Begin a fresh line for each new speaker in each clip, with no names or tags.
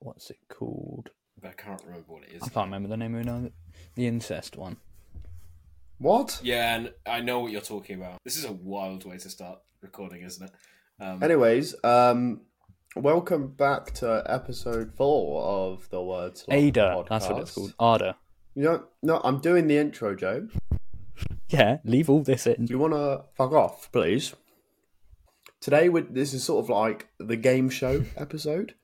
what's it called?
But I can't remember what it is.
I can't remember the name of it. now. The incest one.
What?
Yeah, and I know what you're talking about. This is a wild way to start recording, isn't it? Um,
Anyways, um, welcome back to episode four of the Word Slot
Ada. That's what it's
podcast.
called. Ada.
You don't, no, I'm doing the intro, Joe.
Yeah, leave all this in.
You want to fuck off, please? Today, we this is sort of like the game show episode.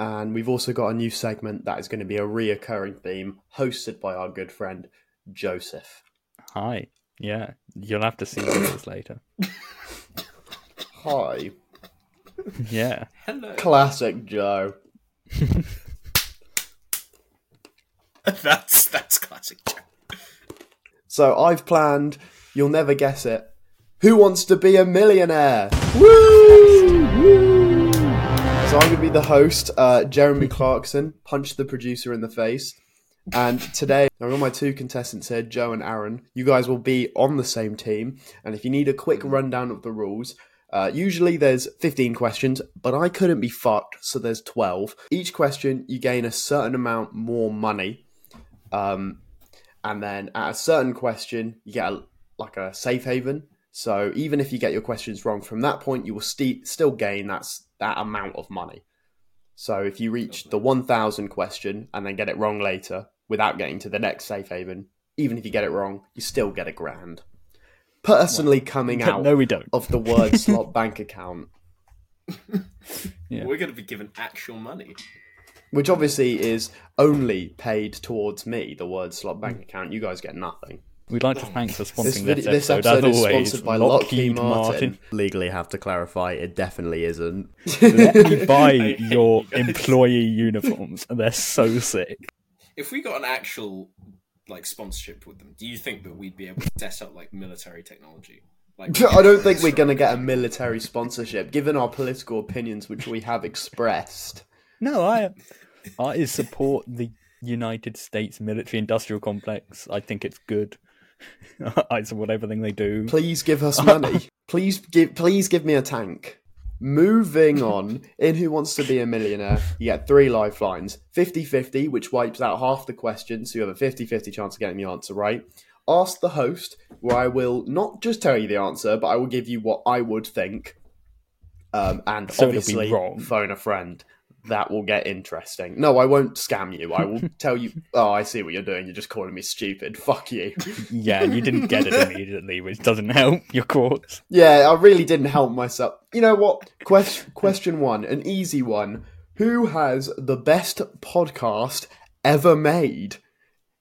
And we've also got a new segment that is going to be a reoccurring theme hosted by our good friend, Joseph.
Hi. Yeah, you'll have to see this later.
Hi.
Yeah.
hello.
Classic Joe.
that's that's classic.
So I've planned, you'll never guess it. Who wants to be a millionaire? Woo! Woo! So I'm going to be the host, uh, Jeremy Clarkson, punch the producer in the face. And today, I've got my two contestants here, Joe and Aaron. You guys will be on the same team. And if you need a quick rundown of the rules, uh, usually there's 15 questions, but I couldn't be fucked, so there's 12. Each question, you gain a certain amount more money. Um, and then at a certain question you get a, like a safe haven so even if you get your questions wrong from that point you will sti- still gain that, s- that amount of money so if you reach the 1000 question and then get it wrong later without getting to the next safe haven even if you get it wrong you still get a grand personally coming out
No, we don't.
of the word slot bank account
Yeah.
We're going to be given actual money.
which obviously is only paid towards me the word slot bank account you guys get nothing
We'd like to thank for sponsoring
This,
this,
video, this
episode,
episode
as
is
always.
sponsored by Lockheed, Martin. Legally have to clarify, it definitely isn't.
Let me buy your
you guys.
employee uniforms. They're so sick.
If we got an actual like sponsorship with them, do you think that we'd be able to set up like military technology? Like
I don't think we're going to get a military sponsorship, given our political opinions, which we have expressed.
No, I I support the United States military industrial complex. I think it's good. I support everything they do.
Please give us money. please give. Please give me a tank. Moving on, in Who Wants to Be a Millionaire, you get three lifelines 50 50, which wipes out half the questions, so you have a 50 50 chance of getting the answer right. Ask the host, where I will not just tell you the answer, but I will give you what I would think. Um, and
So it'll be
obviously,
wrong.
phone a friend. That will get interesting. No, I won't scam you. I will tell you, oh, I see what you're doing. You're just calling me stupid. Fuck you.
Yeah, you didn't get it immediately, which doesn't help your cause.
Yeah, I really didn't help myself. You know what? Question question one, an easy one. Who has the best podcast ever made?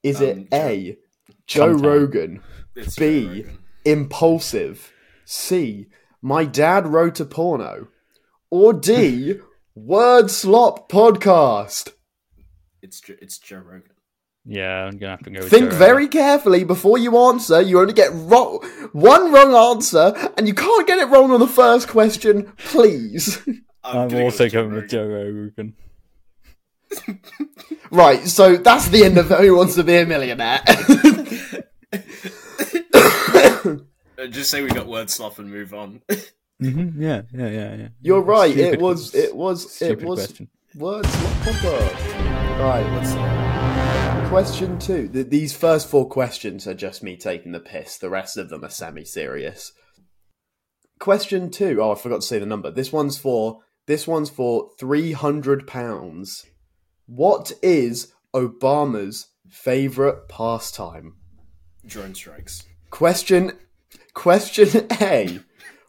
Is
Um,
it A. Joe
Sometime.
Rogan,
It's
B.
Joe Rogan.
Impulsive, C. My dad wrote a porno, or D. Word Slop Podcast?
It's Jo- it's Joe Rogan.
Yeah, I'm gonna have to go. with
Think
Joe.
very carefully before you answer. You only get ro- one wrong answer, and you can't get it wrong on the first question. Please.
I'm
gonna go
also
with Joe
going with
Rogan.
Joe Rogan.
Right, so that's the end of Who Wants to Be a Millionaire.
Uh, Just say we got word slop and move on.
hmm Yeah, yeah, yeah, yeah.
You're right.
Stupid-
it was. It was.
stupid
it was.
question.
Words not proper. Right.
Word slop.
Question two. Th- these first four questions are just me taking the piss. The rest of them are semi-serious. Question two. Oh, I forgot to say the number. This one's for. This one's for three hundred pounds. What is Obama's favorite pastime?
Drone strikes.
Question Question A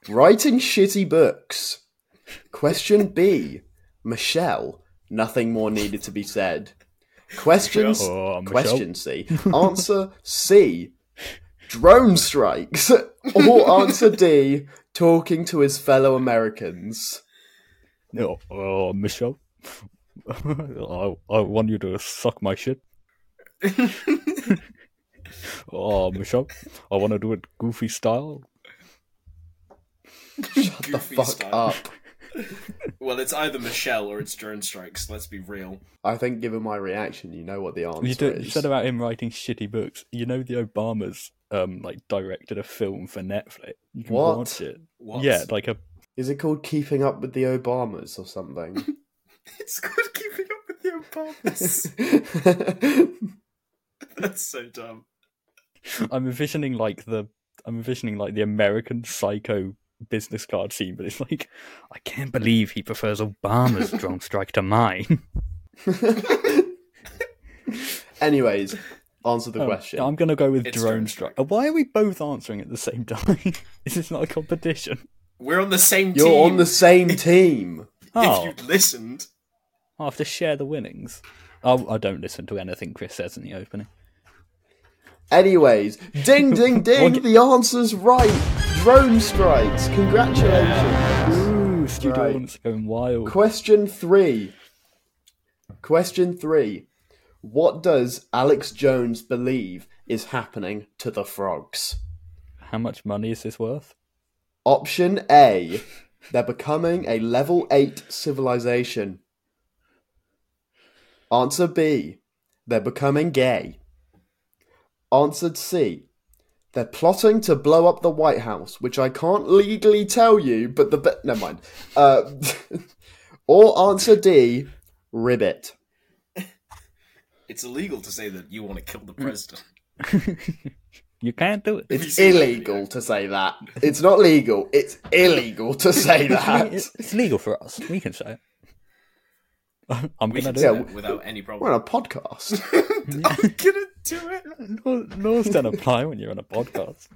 Writing shitty books. Question B Michelle. Nothing more needed to be said. Questions
Oh, Michelle.
Question C. Answer C Drone strikes. Or answer D Talking to his fellow Americans.
Oh, oh Michelle. I, I want you to suck my shit. oh, Michelle. I want to do it goofy style.
Shut the
Goofy
fuck
style.
up.
Well, it's either Michelle or it's drone strikes. Let's be real.
I think given my reaction, you know what the answer
You, do, you
is.
said about him writing shitty books. You know the Obamas um like directed a film for Netflix. You can
What?
watch it.
What?
Yeah, like a
is it called Keeping Up with the Obamas or something?
it's called keeping up compass. That's so dumb.
I'm envisioning like the I'm envisioning like the American Psycho business card scene, but it's like I can't believe he prefers Obama's drone strike to mine.
Anyways, answer the
Um,
question.
I'm gonna go with
It's
drone
drone
strike. Why are we both answering at the same time? This is not a competition.
We're on the same
You're
team.
on the same team.
Oh,
If you listened,
I have to share the winnings. Oh, I don't listen to anything Chris says in the opening.
Anyways, ding ding ding,
Okay.
the answer's right. Drone strikes. Congratulations.
Ooh, studio
Right.
audience going wild.
Question three. Question three. What does Alex Jones believe is happening to the frogs?
How much money is this worth?
Option A. They're becoming a level 8 civilization. Answer B. They're becoming gay. Answer C. They're plotting to blow up the White House, which I can't legally tell you, but the. But, never mind. Uh, or answer D. Ribbit.
it's illegal to say that you want to kill
Mm.
the president.
You can't do it.
It's illegal to say that. It's not legal. It's illegal to say that.
It's, it's legal for us. We can say it. I'm
We
gonna
can
do
do
it.
that without any
We're
problem.
on a podcast.
I'm gonna do it.
Law- Laws don't apply when you're on a podcast.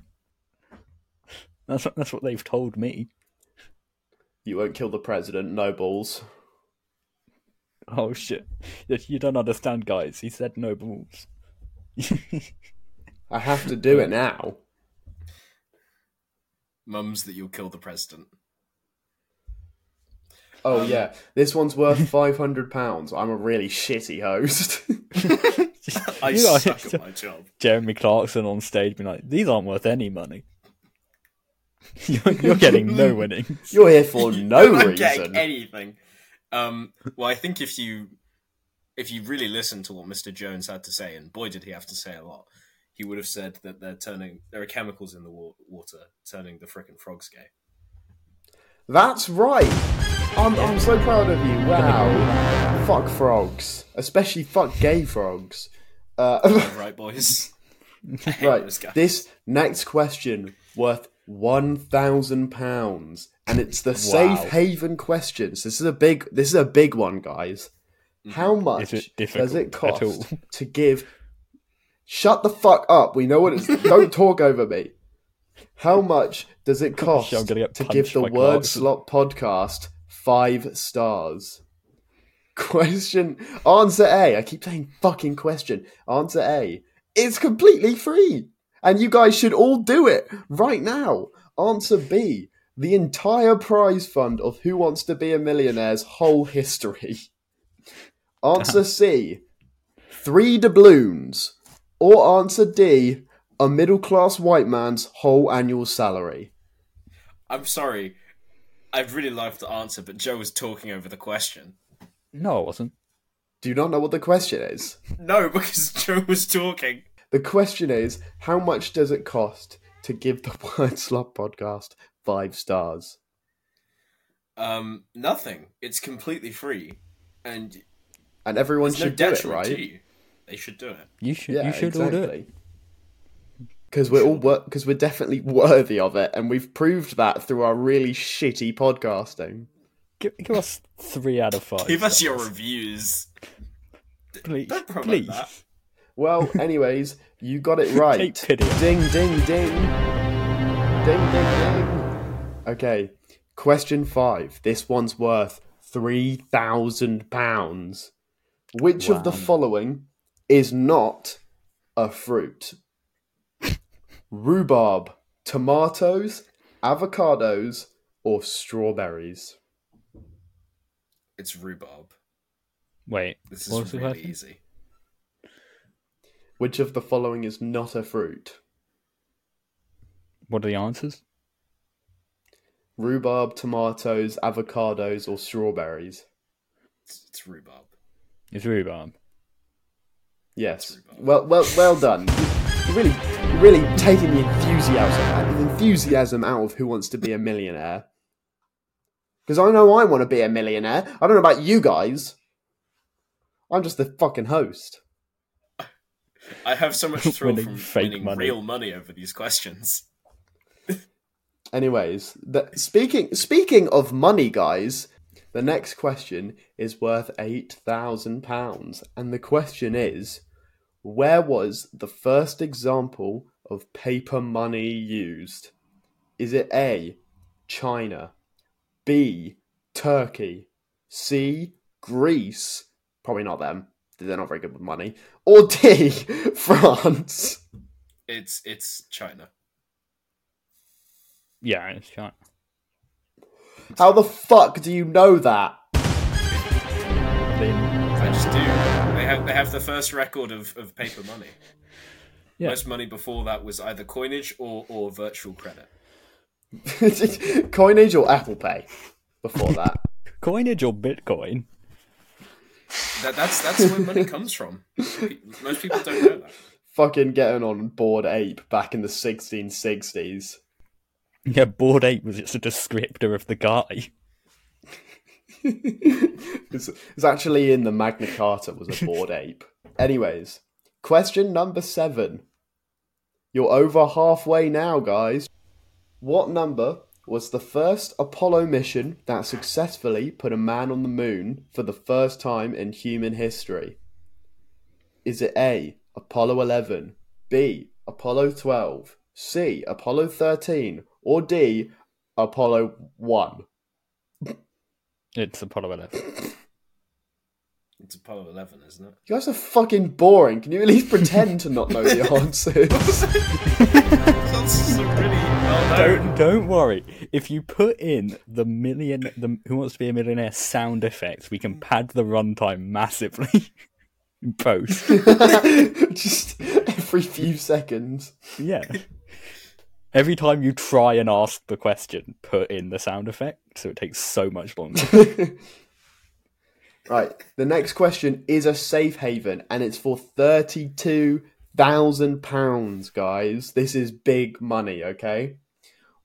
That's what, that's what they've told me.
You won't kill the president, no balls.
Oh shit! You- You don't understand, guys. He said no balls.
I have to do it now.
Mums that you'll kill the president.
Oh yeah, this one's worth five hundred pounds. I'm a really shitty host.
I
You are-
suck at my job.
Jeremy Clarkson on stage being like, "These aren't worth any money. you're, you're getting no winnings."
You're here for no
I'm
reason.
getting anything. Um, well, I think if you if you really listened to what Mr. Jones had to say, and boy did he have to say a lot, he would have said that they're turning there are chemicals in the wa- water turning the frickin' frogs gay.
That's right. I'm, I'm so proud of you. Wow. Fuck frogs, especially fuck gay frogs. Uh,
Right, boys. I hate those
right.
guys.
This next question worth one thousand pounds, and it's the safe haven questions. This is a big. This is a big one, guys. How much
Mm-hmm. it difficult
does it
at
cost
all?
to give? Shut the fuck up. We know what it's. Don't talk over me. How much does it cost
I'm gonna get
to
punched
give the
by
Word
Clarkson.
Slot podcast five stars? Question. Answer A. I keep saying fucking question. Answer A. It's completely free. And you guys should all do it right now. Answer B. The entire prize fund of Who Wants to Be a Millionaire's whole history. Answer C. Three doubloons. Or answer D. A middle class white man's whole annual salary.
I'm sorry. I'd really like to answer, but Joe was talking over the question.
No, I wasn't.
Do you not know what the question is?
No, because Joe was talking.
The question is, how much does it cost to give the Word Slot podcast five stars?
Um, nothing. It's completely free, and
And everyone
there's no
should do it,
detriment to
right?
you. They should do it.
You should. you should all do it.
Because we're all because we're definitely worthy of it, and we've proved that through our really shitty podcasting.
Give, give us three out of five.
Give us your reviews.
please,
Don't promote
please.
that.
Well, anyways, you got it right.
Take pity.
Ding, ding, ding. Ding, ding, ding. Okay, question five. This one's worth £3,000. Which of the
Wow.
following is not a fruit? Rhubarb, tomatoes, avocados, or strawberries?
It's rhubarb.
Wait,
This
what was
is
the
really
question?
easy.
Which of the following is not a fruit?
What are the answers?
Rhubarb, tomatoes, avocados, or strawberries?
It's, it's rhubarb.
It's rhubarb.
Yes.
rhubarb.
Well, well, well done. You're really, you're really taking the enthusiasm, the enthusiasm out of who wants to be a millionaire. Because I know I want to be a millionaire. I don't know about you guys. I'm just the fucking host.
I have so much thrill
Winning
from
fake
winning
money.
real money over these questions.
Anyways, the, speaking speaking of money, guys, the next question is worth eight thousand pounds, and the question is, where was the first example of paper money used? Is it A, China, B, Turkey, C, Greece? Probably not them. They're not very good with money. Or D, France.
It's it's China.
Yeah, it's China.
How the fuck do you know that?
They-
I just do. They have they have the first record of, of paper money.
Yeah.
Most money before that was either coinage or, or virtual credit.
coinage or Apple Pay before that.
Coinage or Bitcoin?
That, that's that's where money comes from. Pe- Most people don't know that.
Fucking getting on board ape back in the 1660s.
Yeah, Board 8 was just a descriptor of the guy.
It's, it's actually in the Magna Carta was a bored ape. Anyways, question number seven. You're over halfway now, guys. What number was the first Apollo mission that successfully put a man on the moon for the first time in human history? Is it A, Apollo 11, B, Apollo 12, C, Apollo 13, or D, Apollo 1?
It's Apollo 11.
It's Apollo eleven, isn't it?
You guys are fucking boring. Can you at least pretend to not know the answers?
That's a really well known.
Don't, don't worry. If you put in the million, the Who Wants to Be a Millionaire sound effects, we can pad the runtime massively. in Post.
Just every few seconds.
Yeah. Every time you try and ask the question, put in the sound effect, so it takes so much longer.
Right, the next question is a safe haven and it's for £32,000, guys. This is big money, okay?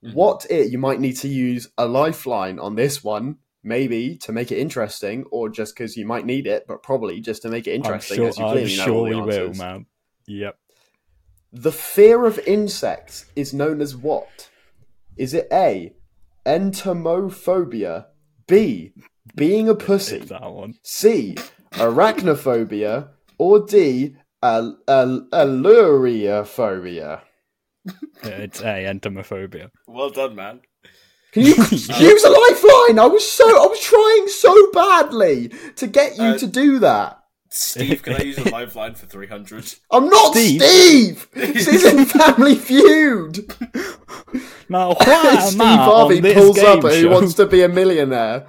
Mm-hmm.
What it, you might need to use a lifeline on this one, maybe to make it interesting or just because you might need it, but probably just to make it
I'm
interesting.
sure,
as you
I'm
clearly know
sure
all
we
the
will,
answers.
man. Yep.
The fear of insects is known as what? Is it A, entomophobia, B, being a pussy,
It's that one.
C, arachnophobia, or D, al- al- alluriophobia?
Yeah, It's A, entomophobia.
Well done, man.
Can you use a lifeline? I was so I was trying so badly to get you
Uh,
to do that.
Steve, can I use a lifeline for three hundred?
I'm not
Steve?
Steve. This isn't Family Feud.
Now, why
Steve
am I
Harvey
on this
pulls up
game
at Who
show?
Wants to Be a Millionaire.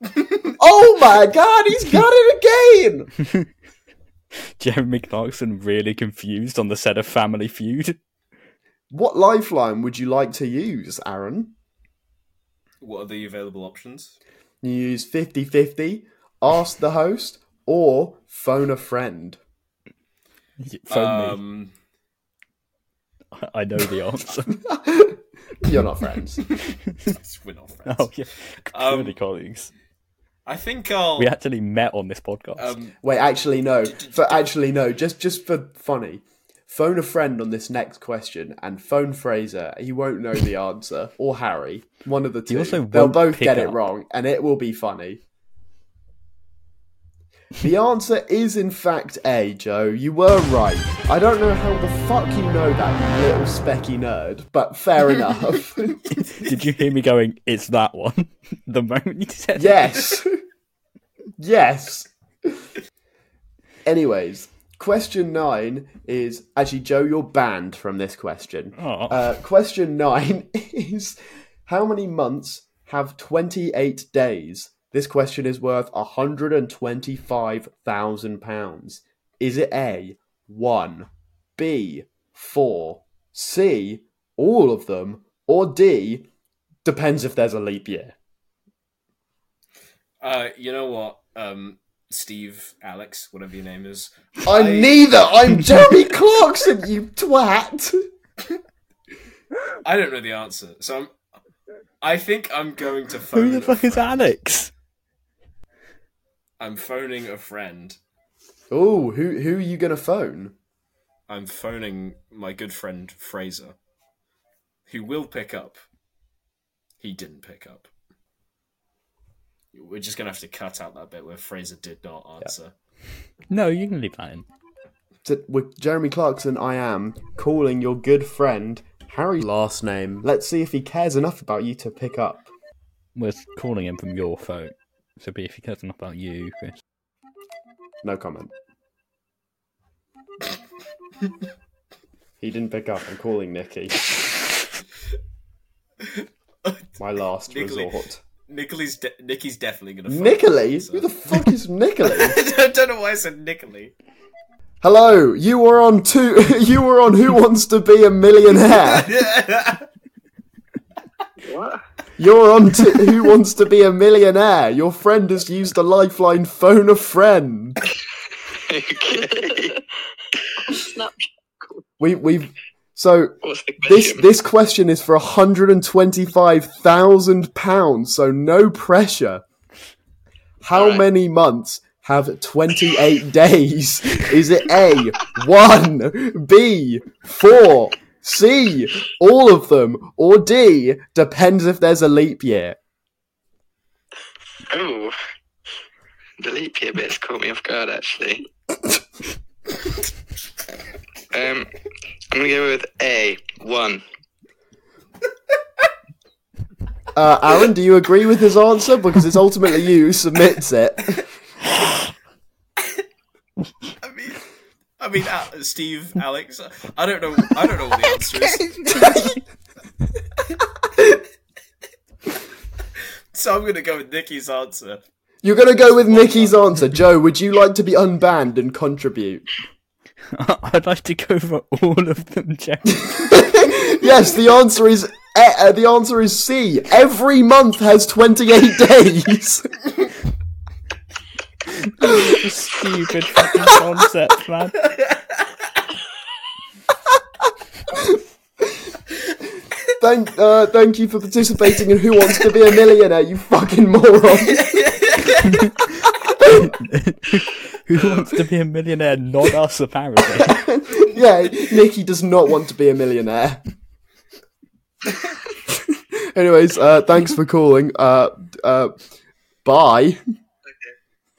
oh my god, he's got it again!
Jeremy Clarkson really confused on the set of Family Feud.
What lifeline would you like to use, Aaron?
What are the available options?
You use 50 50, ask the host, or phone a friend.
Phone me.
um,
I know the answer.
You're not friends.
we're not friends.
oh yeah,
Um,
purely colleagues.
I think I'll.
We actually met on this podcast.
um,
Wait, actually, no. For actually, no. Just just for funny, phone a friend on this next question and phone Fraser. He won't know the answer or Harry. One of the two.
also
They'll
won't
both
pick
get it
up.
wrong, and it will be funny. The answer is in fact A, Joe. You were right. I don't know how the fuck you know that, you little specky nerd, but fair enough.
Did you hear me going? It's that one. the moment you said it.
Yes. yes. Anyways, question nine is actually Joe, you're banned from this question.
Oh,
Uh, question nine is how many months have 28 days? This question is worth £125,000. Is it A, 1, B, 4, C, all of them, or D, depends if there's a leap year?
uh, you know what? Um, Steve, Alex, whatever your name is.
I'm
I-
neither. I'm Jeremy Clarkson, you twat.
I don't know the answer, so I'm. I think I'm going to phone.
who the
a
fuck is
friend.
Alex?
I'm phoning a friend
Oh, who who are you gonna phone?
I'm phoning my good friend Fraser, who will pick up. He didn't pick up. We're just gonna have to cut out that bit where Fraser did not answer.
No, you can leave that in.
To, with Jeremy Clarkson, I am calling your good friend Harry. Last name. Let's see if he cares enough about you to pick up.
We're calling him from your phone. So, B, if he cares enough about you, Chris.
No comment. he didn't pick up. I'm calling Nikki. My last
Nicolai.
resort.
Nicky's de- Nicky's definitely gonna. phone
Nicolai?
Fraser.
Who the fuck is Nicolai?
I don't know why I said Nicolai.
Hello, you were on two. you were on Who Wants to Be a Millionaire.
What?
You're on to Who Wants to Be a Millionaire. Your friend has used a lifeline phone a friend.
okay.
We we've so
What's the
this
question?
this question is for hundred and twenty five thousand pounds, so no pressure. How
Alright.
many months have twenty eight days? Is it A one, B four, C all of them, or D depends if there's a leap year?
Oh. The leap year bits caught me off guard, actually. um, I'm going to go with A, one.
Uh, Aaron, do you agree with his answer? Because it's ultimately you who submits it.
I mean, I mean, uh, Steve, Alex, I don't know. I don't know what the answer is. so I'm gonna go with Nicky's answer.
You're gonna go with Nikki's answer. Joe, would you like to be unbanned and contribute?
I'd like to go for all of them, Jeremy.
Yes, the answer is eh, uh, the answer is C. Every month has 28 days.
Stupid fucking concept, man.
thank uh, thank you for participating in Who Wants to Be a Millionaire, you fucking moron.
Who wants to be a millionaire? Not us, apparently.
yeah, Nikki does not want to be a millionaire. Anyways, uh, thanks for calling. Uh, uh, bye.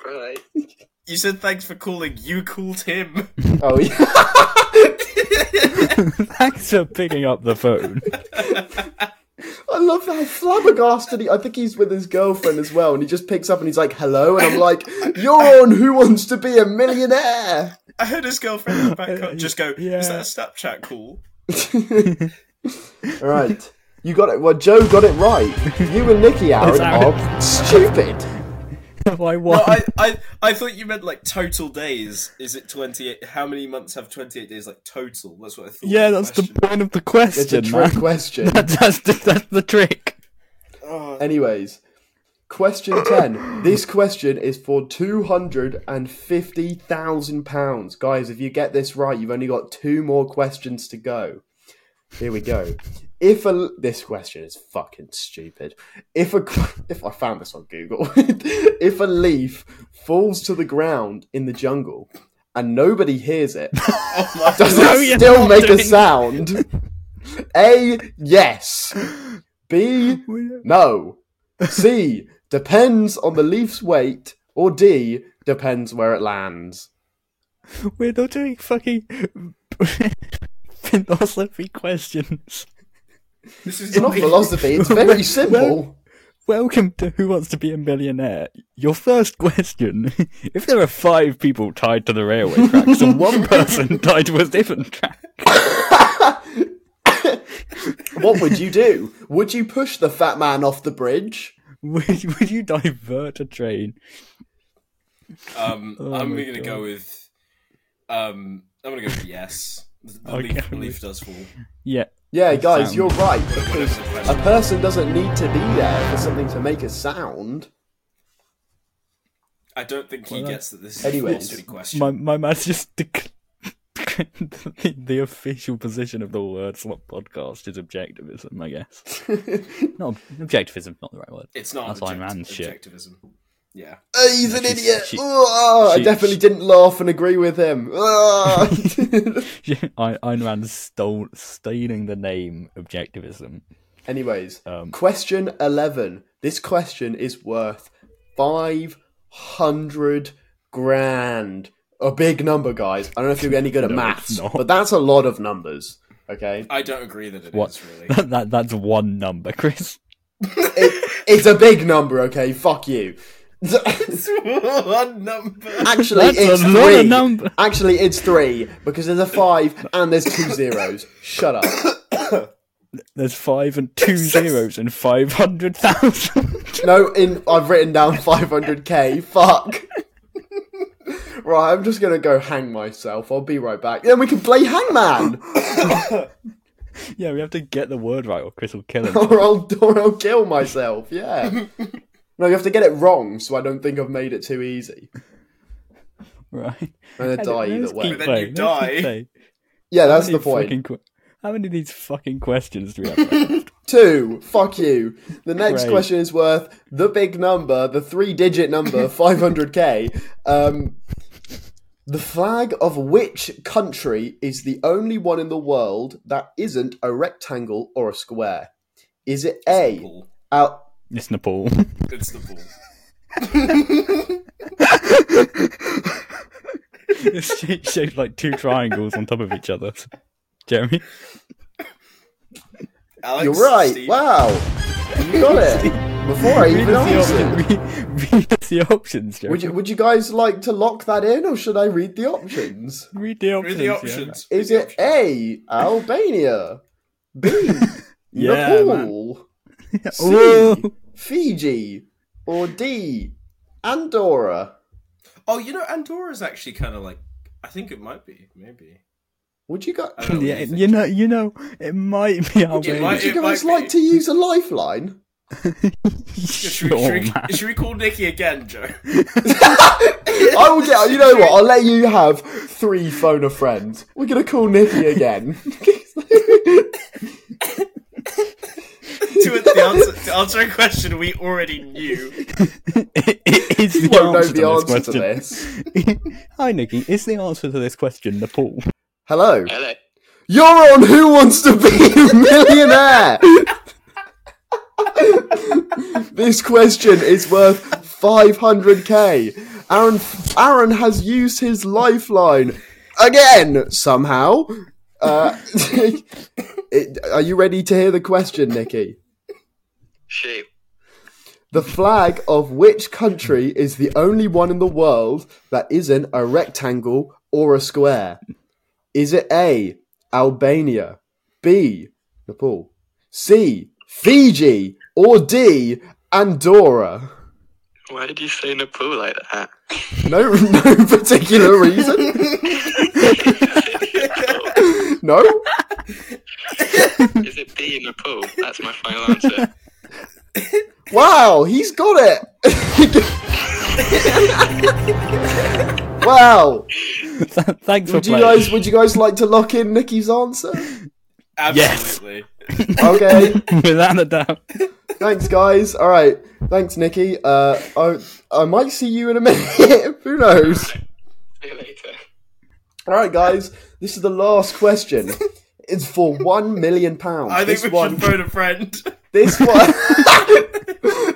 Right.
You said thanks for calling. You called him.
Oh yeah.
Thanks for picking up the phone.
I love how flabbergasted he. I think he's with his girlfriend as well, and he just picks up and he's like, "Hello," and I'm like, "You're on Who Wants to Be a Millionaire."
I heard his girlfriend in the background just go, "Is
Yeah.
that a Snapchat call?"
All right, you got it. Well, Joe got it right. You and Nikki Aaron
Aaron.
are stupid.
Why
No,
what?
I, I, I thought you meant like total days. Is it twenty eight? How many months have twenty eight days? Like total. That's what I thought.
Yeah, that's the
question
point of the
It's a
question, man.
trick question.
that's, the, that's the trick.
Anyways, question 10. this question is for £250,000. Guys, if you get this right, you've only got two more questions to go. Here we go. If a this question is fucking stupid. If a if I found this on Google, if a leaf falls to the ground in the jungle and nobody hears it, does
No,
it
you're
still
not
make a
doing-
sound? a yes. B no. C depends on the leaf's weight, or D depends where it lands.
We're not doing fucking philosophy questions.
This is
It's not philosophy. It's very simple.
Welcome to Who Wants to Be a Millionaire. Your first question If there are five people tied to the railway tracks and one person tied to a different track,
What would you do? Would you push the fat man off the bridge?
would, would you divert a train?
Um,
Oh
I'm
my
gonna
God.
go with. Um, I'm gonna go with yes. The, the
Okay.
leaf, the leaf does fall.
Yeah.
Yeah, guys,
sound.
you're right. Because
Whatever the
a
question-
person doesn't need to be there for something to make a sound.
I don't think he
Well,
gets that this is
anyway,
a philosophy question.
My my man's just dec- the, the official position of the word slot podcast is objectivism, I guess. no, objectivism not the right word.
It's not
That's
object-
Iron Man's shit.
objectivism. Yeah.
"Oh, he's an
She-
idiot.
she-
Oh, I
she-
definitely
she-
didn't laugh and agree with him. Oh.
I Ayn Rand stole staining the name objectivism.
Anyways,
Um,
question 11. This question is worth 500 grand. A big number, guys. I don't know if you're any good at
No,
maths,
it's not.
but that's a lot of numbers. Okay,
I don't agree that it is
What?
really.
That, that that's one number, Chris.
It- it's a big number. Okay, fuck you.
It's one number.
Actually,
That's
it's
a lot of
three.
number.
Actually, it's three because there's a five and there's two zeros. Shut up.
There's five and two zeros and five hundred thousand.
No, in I've written down 500k. Fuck. Right, I'm just gonna go hang myself. I'll be right back. Then we can play hangman,
yeah, we have to get the word right, or Chris will kill him.
or I'll or I'll kill myself. Yeah. No, you have to get it wrong, so I don't think I've made it too easy.
right?
I'm gonna die
Let's
either way.
keep
But then you
playing, let's keep
die.
playing.
Yeah, that's
How
the
many
point.
fucking que- how many of these fucking questions do we have? left?
Two. Fuck you. The next
Great.
question is worth the big number, the three digit number, 500k. Um, the flag of which country is the only one in the world that isn't a rectangle or a square? Is it A?
Paul.
Al-
it's Nepal.
It's the ball.
it's shaped, shaped like two triangles on top of each other. Jeremy,
Alex,
You're right.
Steve,
Wow. You got it. Before I
read
even
us,
answered.
the option, read, read us the options, Jeremy.
Would you, would you guys like to lock that in or should I read the options?
read the
Read
options.
the
yeah.
options.
Is
Read the
it A, Albania? B,
Yeah,
Nepal?
Ooh.
C, Fiji? Or D, Andorra?
options. Oh, you know, Andorra's actually kind of like. I think it might be. Maybe.
Would you, got,
I don't know.
Yeah, you know, you know, it might be our
It
way.
might-
would you
it
guys
be.
like to use a lifeline?
Should we,
sure,
should, we,
man.
should we call Nikki again, Joe?
I will get, you know what, I'll let you have three phone a friend. We're going to call Nikki again.
to, the answer, to answer a question we already knew.
It- it is
you
the
won't know
answer
the answer
to
to
this
this.
question. Hi, Nikki. Is the answer to this question Nepal?
Hello.
Uh,
Hello.
You're on Who Wants to Be a Millionaire? this question is worth 500k. Aaron Aaron has used his lifeline again somehow. Uh, it- are you ready to hear the question, Nikki?
Shoot.
The flag of which country is the only one in the world that isn't a rectangle or a square? Is it A, Albania, B, Nepal, C, Fiji, or D, Andorra?
Why did you say Nepal like that?
No, no particular reason. No,
Is it B Nepal? That's my final answer.
wow, he's got it. wow,
Thanks for
would you
playing.
guys would you guys like to lock in Nikki's answer?
Absolutely.
Okay.
Without a doubt.
Thanks, guys. All right. Thanks, Nikki. Uh, I, I might see you in a minute. Who knows?
See you later.
All right, guys. This is the last question. It's for one million pounds.
I think we
this one,
should phone a friend.
this one,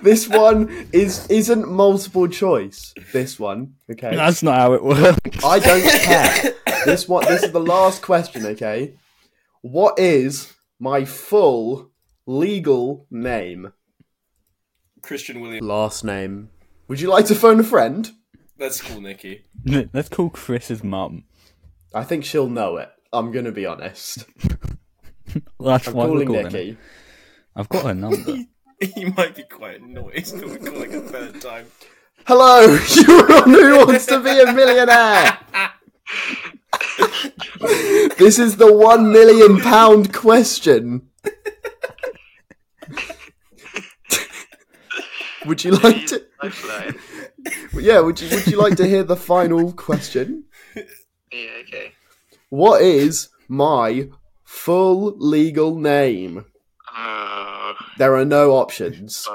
this one is isn't multiple choice. This one, okay.
That's not how it works.
I don't care. This one. This is the last question. Okay. What is my full legal name?
Christian Williams.
Last name. Would you like to phone a friend?
That's cool, Nikki.
Let's call Chris's mum.
I think she'll know it. I'm gonna be honest.
That's why we're
Calling
calling her.
Nikki.
I've got her number.
You might be quite annoyed that we're calling a third time.
Hello, you're on Who Wants to Be a Millionaire. this is the one million pound question. would you like to?
Lifeline.
Yeah, would you? Would you like to hear the final question?
Yeah, okay.
What is my full legal name?
Oh,
There are no options.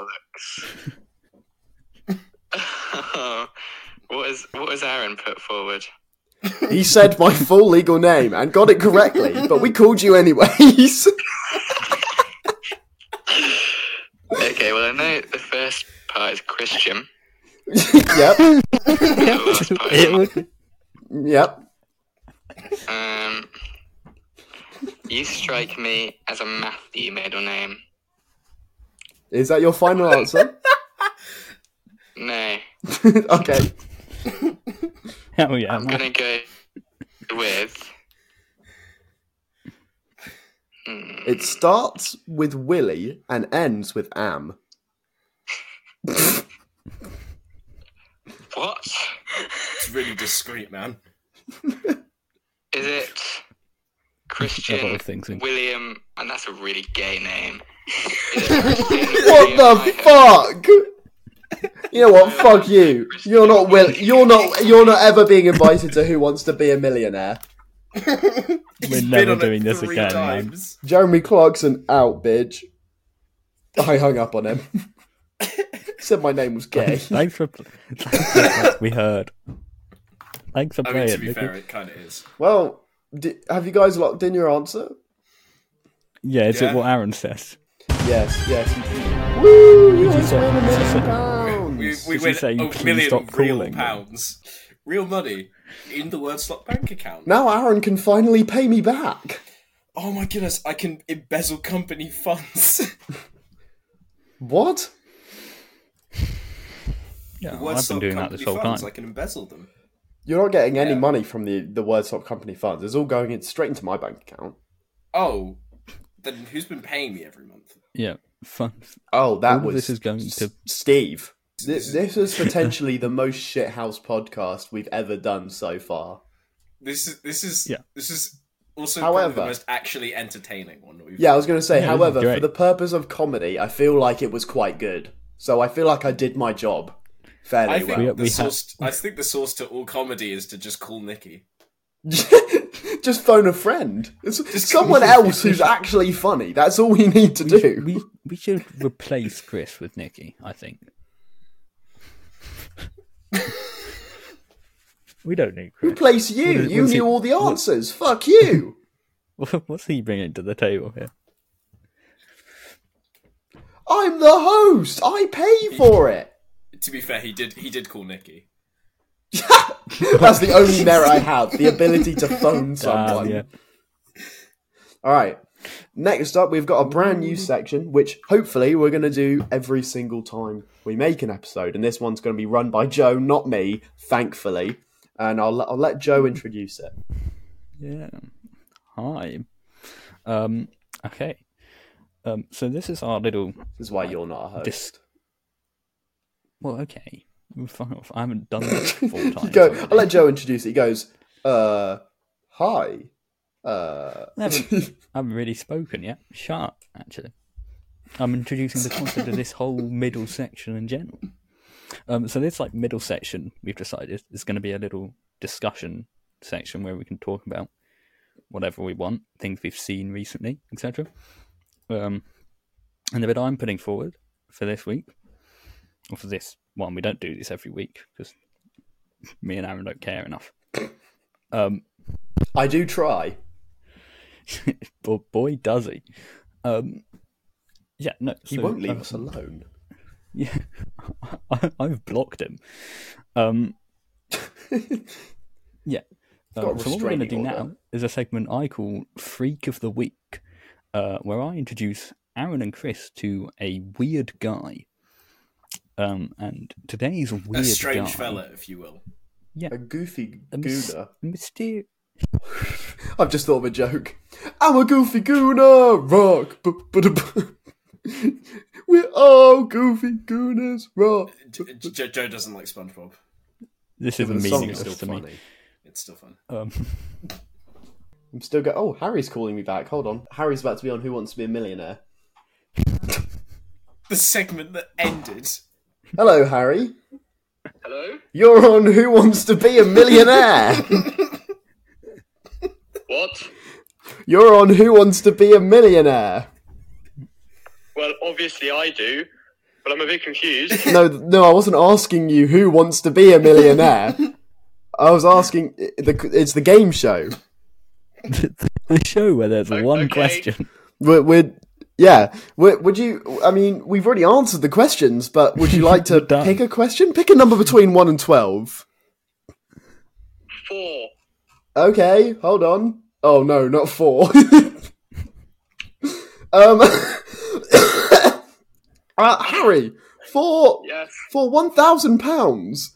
bollocks. Oh. what is what is Aaron put forward?
He said my full legal name and got it correctly, but we called you anyways.
Okay, well I know the first part is Christian.
yep,
The last part is
It would-
yep.
Um, you strike me as a Matthew middle name.
Is that your final answer?
No,
okay.
Hell yeah,
I'm
man.
gonna go with. Hmm,
It starts with Willie and ends with Am.
what
It's really discreet, man.
is it?
That's what I
Christian
was thinking.
William, and that's a really gay name.
What the fuck? You know what? Fuck you. You're not Will. You're not. You're not ever being invited to Who Wants to Be a Millionaire.
He's been
never
on it
doing this
three
again, man.
times.
Jeremy Clarkson out, bitch. I hung up on him. Said my name was gay.
Thanks for. pl- thanks for what we heard. Thanks for
I
playing.
mean, to be
Nicky.
fair, it kind of is.
Well, di have you guys locked in your answer?
yeah, is
Yeah.
it what Aaron says?
Yes. Yes. you did. Woo! You
Did you
guys
say-
win a
did you
million
say-
pounds.
We, we
Did you
win
say,
a
"Please
million
stop
real
calling them?"
pounds, real money, in the Wordslot bank account.
now Aaron can finally pay me back.
Oh my goodness, I can embezzle company funds.
What?
Yeah, I've been
Wordslot
doing that
company
this whole
funds,
time.
I can embezzle them.
You're not getting any
Yeah.
money from the the WordStop company funds. It's all going in, straight into my bank account.
Oh, then who's been paying me every month?
Yeah, fun.
Oh, that
All of
was
this is going
S-
to-
Steve. This, this is potentially the most shithouse podcast we've ever done so far.
This is this is
Yeah.
this is also probably
However-
the most actually entertaining one. We've
Yeah, I was going to say.
Yeah, this is
however, for
great.
the purpose of comedy, I feel like it was quite good. So I feel like I did my job fairly
I think
We-
the
well.
we have-
source. I think the source to all comedy is to just call Nikki.
Just phone a friend. It's someone else who's actually funny. That's all we need to do.
We we should replace Chris with Nikki. I think. we don't need Chris.
Replace you.
What is-
you
what
knew
is it-
all the answers. Fuck you.
What's he bringing to the table here?
I'm the host. I pay for it.
To be fair, he did he did call Nikki.
That's the only merit I have: the ability to phone someone.
Damn, Ah, yeah.
All right. Next up, we've got a brand
Mm.
new section, which hopefully we're going to do every single time we make an episode. And this one's going to be run by Joe, not me, thankfully. And I'll, I'll let Joe introduce it.
Yeah. Hi. Um. Okay. Um. So this is our little.
This is why you're not a host.
Dis- Well, okay. Fuck off. I haven't done this four times.
You go,
already.
I'll let Joe introduce it. He goes, uh, hi. Uh,
I haven't, I haven't really spoken yet. Shut up, actually. I'm introducing the concept of this whole middle section in general. Um, so this like middle section we've decided is going to be a little discussion section where we can talk about whatever we want, things we've seen recently, etc. Um, and the bit I'm putting forward for this week, or for this one, we don't do this every week because me and Aaron don't care enough. Um,
I do try.
but boy does he. Um, yeah, no,
He
so,
won't leave
uh,
us alone.
Yeah, I, I've blocked him. Um, yeah.
got
Um, so what we're going
a
to
restraining
do
order.
now is a segment I call "Freak of the Week," uh, where I introduce Aaron and Chris to a weird guy. Um, and today's weird
a strange
guy,
fella, if you will.
A goofy
a mys-
gooner.
myster-
I've just thought of a joke. I'm a goofy gooner, rock. bu- bu- da- bu- We're all goofy gooners, rock.
J- J- Joe doesn't like SpongeBob.
This is
But the song is
meaningless
still
to me.
funny.
It's still fun.
Um,
I'm still go. Oh, Harry's calling me back. Hold on. Harry's about to be on Who Wants to Be a Millionaire.
The segment that ended.
Hello, Harry.
Hello.
You're on Who Wants to Be a Millionaire.
What?
You're on Who Wants to Be a Millionaire.
Well, obviously I do.
but I'm a bit confused.
No, th- no, I wasn't asking you who wants to be a millionaire. I was asking i- the it's the game show.
the show where there's one
okay.
question.
We're, we're yeah. we would you? I mean, we've already answered the questions, but would you like to
We're done.
pick a question? Pick a number between one and twelve.
Four.
Okay, hold on. Oh no, not four. um, uh, Harry, for
Yes.
for one thousand pounds,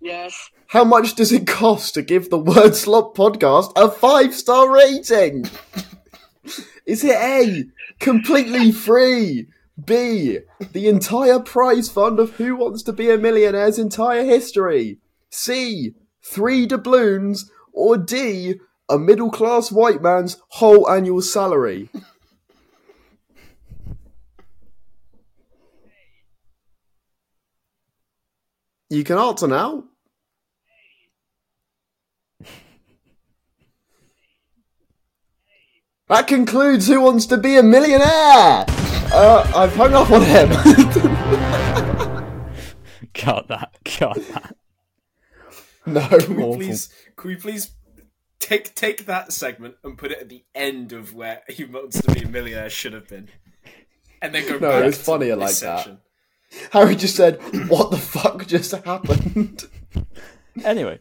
Yes.
how much does it cost to give the Word Slop podcast a five star rating? Is it A, completely free? B, the entire prize fund of Who Wants to Be a Millionaire's entire history? C, three doubloons? Or D, a middle class white man's whole annual salary? You can answer now. That concludes Who Wants to Be a Millionaire? Uh, I've hung up on him.
Cut that. Cut that.
no.
Can we please, can we please take take that segment and put it at the end of where He Wants to Be a Millionaire should have been, and then go
No,
back.
it's
to
funnier
this
like that.
section.
Harry just said, What the fuck just happened?
Anyway,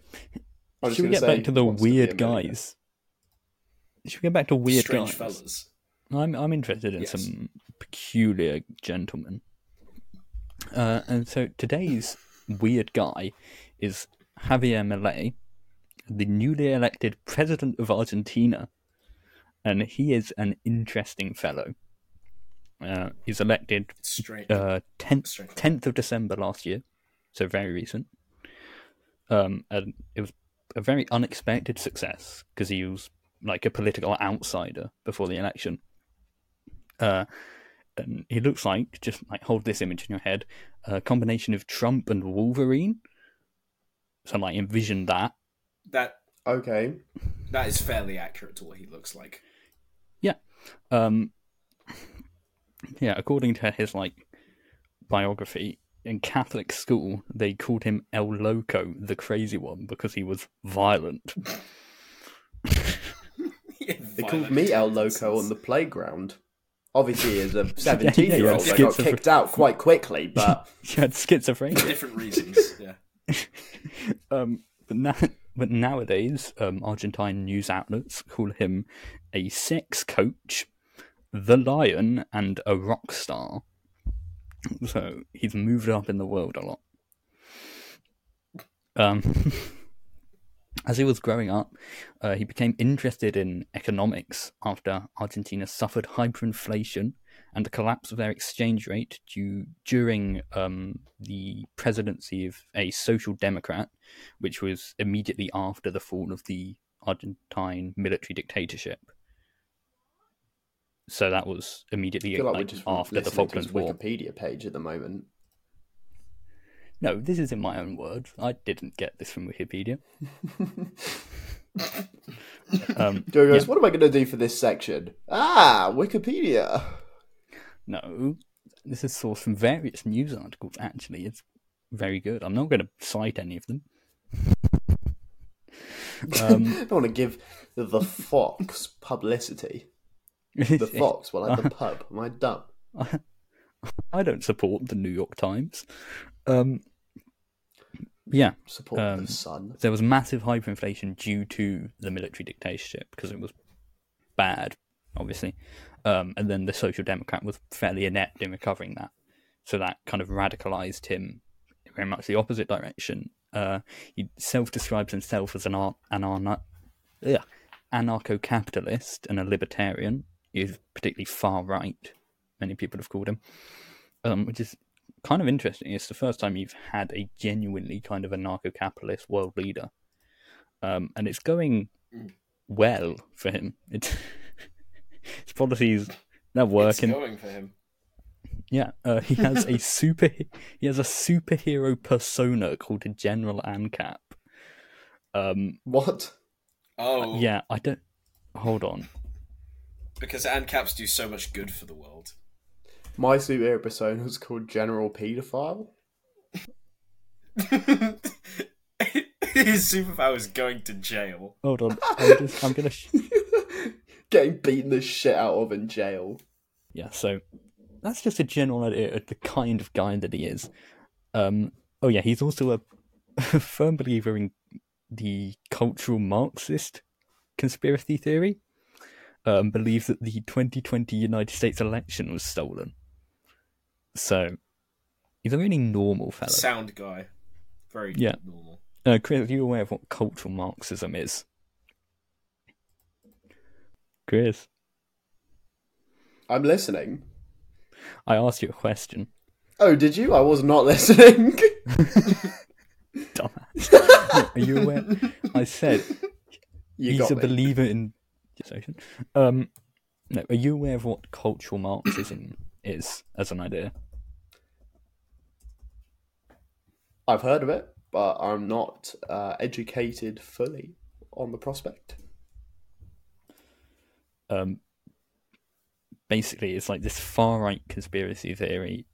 I was
should we
gonna
get
say,
back to the
"Who Wants Be a
weird
Millionaire?"
guys? Should we get back to weird
Strange
guys?
fellas.
I'm I'm interested in
Yes.
some peculiar gentlemen. Uh, and so today's weird guy is Javier Milei, the newly elected president of Argentina, and he is an interesting fellow. Uh, he's elected
Strange.
uh, 10th,
Strange.
10th of December last year, so very recent. Um, and it was a very unexpected success because he was like a political outsider before the election. Uh, and he looks like, just like hold this image in your head, a combination of Trump and Wolverine. So, like, envision that.
that
Okay.
that is fairly accurate to what he looks like.
Um, yeah, according to his like biography in Catholic school, they called him El Loco, the crazy one, because he was violent.
They called me El Loco on the playground. Obviously, as a 17 year old,
yeah,
I got
schizophren-
kicked out quite quickly, but
he had schizophrenia.
different reasons. Yeah.
um, but, na- but nowadays, um, Argentine news outlets call him a sex coach, the lion, and a rock star. So he's moved up in the world a lot. Um, as he was growing up, uh, he became interested in economics after Argentina suffered hyperinflation and the collapse of their exchange rate due, during um, the presidency of a social democrat, which was immediately after the fall of the Argentine military dictatorship. So that was
I
immediately
feel like we're
like,
just
after the
listening to his
Falklands War.
Wikipedia page at the moment.
No, this is in my own words. I didn't get this from Wikipedia. um,
Joe goes, What am I going to do for this section? Ah, Wikipedia.
no, this is sourced from various news articles, actually. It's very good. I'm not going to cite any of them. Um,
I don't want to give the Fox publicity. The Fox, well, at the pub. Am I dumb?
I don't support the New York Times. Um, yeah,
Support
Um,
the Sun.
there was massive hyperinflation due to the military dictatorship because it was bad, obviously. Um, and then the Social Democrat was fairly inept in recovering that. So that kind of radicalized him in very much the opposite direction. Uh, he self describes himself as an, ar- an ar- anarcho capitalist and a libertarian. He's particularly far right, many people have called him, um, which is kind of interesting. It's the first time you've had a genuinely kind of anarcho capitalist world leader. Um, and it's going well for him. It, his policies, they're working.
It's going for him.
Yeah, uh, he has a super he has a superhero persona called General ANCAP. Um,
What?
Oh,
yeah, I don't. Hold on.
Because ANCAPs do so much good for the world.
My superhero persona was called General Pedophile.
His superpower is going to jail.
Hold on, I'm, just, I'm gonna. Sh-
Getting beaten the shit out of in jail.
yeah, so that's just a general idea of the kind of guy that he is. Um, oh yeah, he's also a, a firm believer in the cultural Marxist conspiracy theory. Um, believes that the 2020 United States election was stolen. So he's a really normal fellow.
Sound guy. Very
Yeah.
normal.
Uh, Chris, are you aware of what cultural Marxism is? Chris,
I'm listening.
I asked you a question.
Oh, did you? I was not listening.
Dumbass. are you aware? I said
you
he's
got
a
me.
believer in. Just a second. Um, no, are you aware of what cultural Marxism is as an idea?
I've heard of it, but I'm not uh, educated fully on the prospect.
um, basically it's like this far right conspiracy theory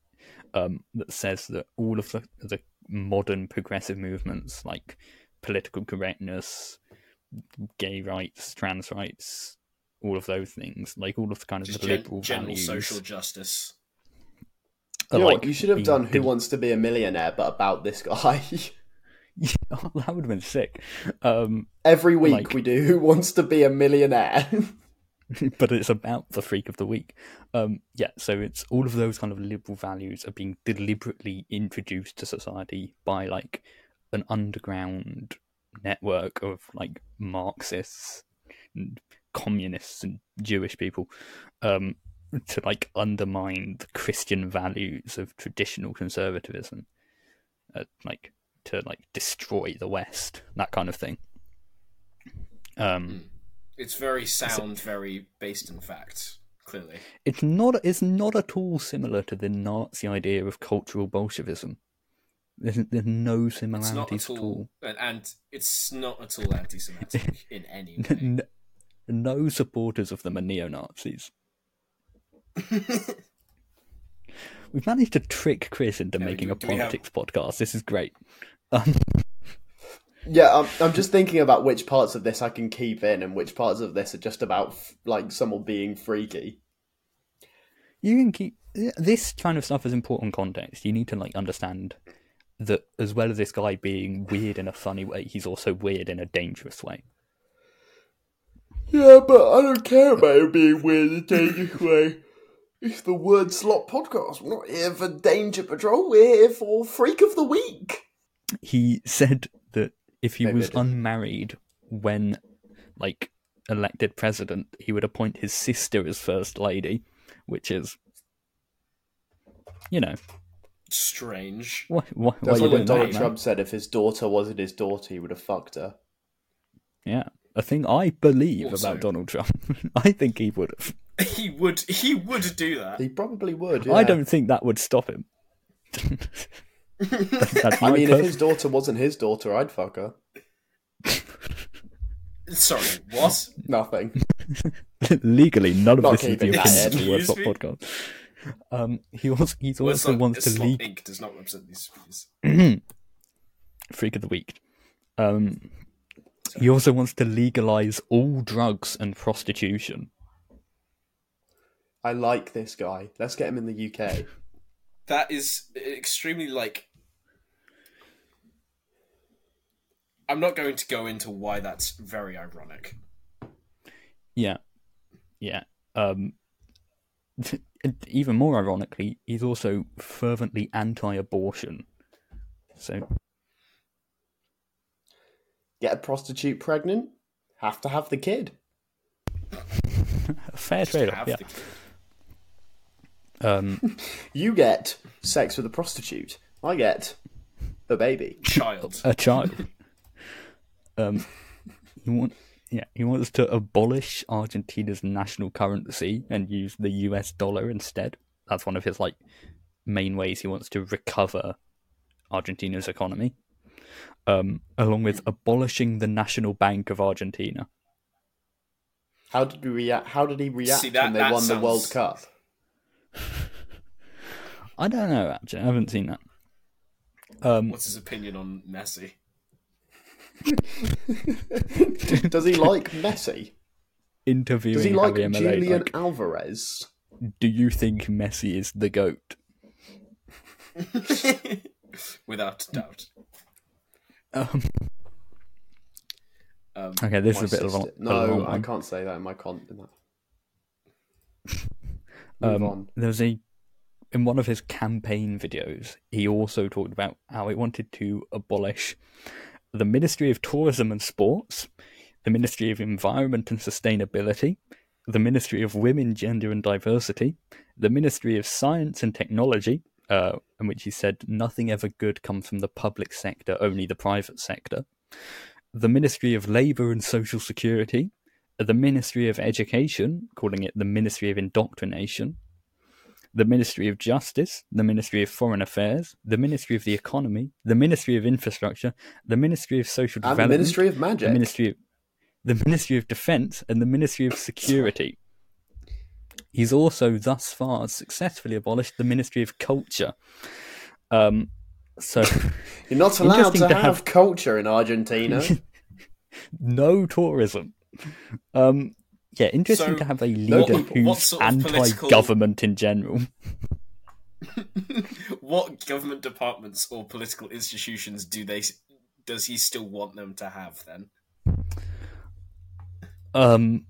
um, that says that all of the, the modern progressive movements like political correctness, gay rights, trans rights, all of those things, like all of the kind of
Just
the
gen-
liberal
general
values,
social justice.
are
You, know what,
like
you should have
being
done Who
dim-
Wants to Be a Millionaire, but about this guy.
Oh, that would have been sick. Um,
Every week
Like-
we do Who Wants to Be a Millionaire.
but it's about the freak of the week. Um, yeah, so it's all of those kind of liberal values are being deliberately introduced to society by like an underground network of like Marxists, and communists, and Jewish people um, to like undermine the Christian values of traditional conservatism, uh, like to like destroy the West, that kind of thing. Um,
Hmm. It's very sound, very based in fact, clearly.
it's not it's not at all similar to the Nazi idea of cultural Bolshevism. There's, there's no
It's not
similarities
at all, and, and it's not at all anti-Semitic in any
at all.
way.
N- no supporters of them are neo Nazis. We've managed to trick Chris into
Yeah, we
making
do-
a
do we have-
politics podcast. This is great. Um,
yeah, I'm, I'm just thinking about which parts of this I can keep in and which parts of this are just about f- like someone being freaky.
you can keep this kind of stuff is important context. You need to like understand that as well as this guy being weird in a funny way, he's also weird in a dangerous way.
Yeah, but I don't care about it being weird and dangerous way. It's the Word Slot podcast. We're not here for Danger Patrol. We're here for Freak of the Week.
he said that if he
Maybe I
was
did.
unmarried when like elected president he would appoint his sister as first lady which is you know
Strange.
why why, why
That's
you
like
doing
what
that,
Donald
man?
Trump said. If his daughter wasn't his daughter, he would have fucked her.
yeah a thing i believe
Also-
about donald trump i think he would have
He would. He would do that.
He probably would. yeah.
i don't think that would stop him That's
I
my
mean, if
pers-
his daughter wasn't his daughter, I'd fuck her.
Sorry, what?
Nothing.
legally none of
Not
this is the
keeping
opinion
that
of
in.
the Word Slot
Excuse me?
podcast um he also he's also
Wordslot-
wants to
Slot
leak
Inc. does not represent these views.
freak of the week. Um, he also wants to legalize all drugs and prostitution.
I like this guy. Let's get him in the UK.
That is extremely like. I'm not going to go into why that's very ironic.
Yeah, yeah. Um, and even more ironically, he's also fervently anti-abortion. So
Get a prostitute pregnant. Have to have the kid.
a fair
Just
trade-off.
have
Yeah.
the kid.
Um,
You get sex with a prostitute. I get a baby.
child.
a child. um, he want, yeah, he wants to abolish Argentina's national currency and use the US dollar instead. That's one of his like main ways he wants to recover Argentina's economy. Um, along with abolishing the National Bank of Argentina.
How did we react? How did he react
See, that-
when they
that
won the World
sounds-
Cup?
I don't know actually. I haven't seen that. Um,
What's his opinion on Messi?
Does he like Messi?
interviewing
Does he like
Javier Milei,
Julian
like,
Alvarez?
do you think Messi is the goat?
Without doubt.
Um,
Um,
okay, this
My
is a bit of a,
sister-
a long
No, I
one.
can't say that in my con. in that. Move
Um,
on.
there was a in one of his campaign videos, he also talked about how he wanted to abolish the Ministry of Tourism and Sports, the Ministry of Environment and Sustainability, the Ministry of Women, Gender and Diversity, the Ministry of Science and Technology, uh, in which he said nothing ever good comes from the public sector, only the private sector, the Ministry of Labour and Social Security, the Ministry of Education, calling it the Ministry of Indoctrination, the Ministry of Justice, the Ministry of Foreign Affairs, the Ministry of the Economy, the Ministry of Infrastructure, the Ministry of Social
And the
Development,
Ministry of Magic.
the Ministry of the Ministry of Defence and the Ministry of Security. He's also thus far successfully abolished the Ministry of Culture. Um, so
You're not allowed
Interesting
to,
to
have,
have-
culture in Argentina.
no tourism. Um, yeah, interesting
So,
to have a
what-
leader
what
who's
sort of political-
anti-government in general.
what government departments or political institutions do they? Does he still want them to have? Then
Um,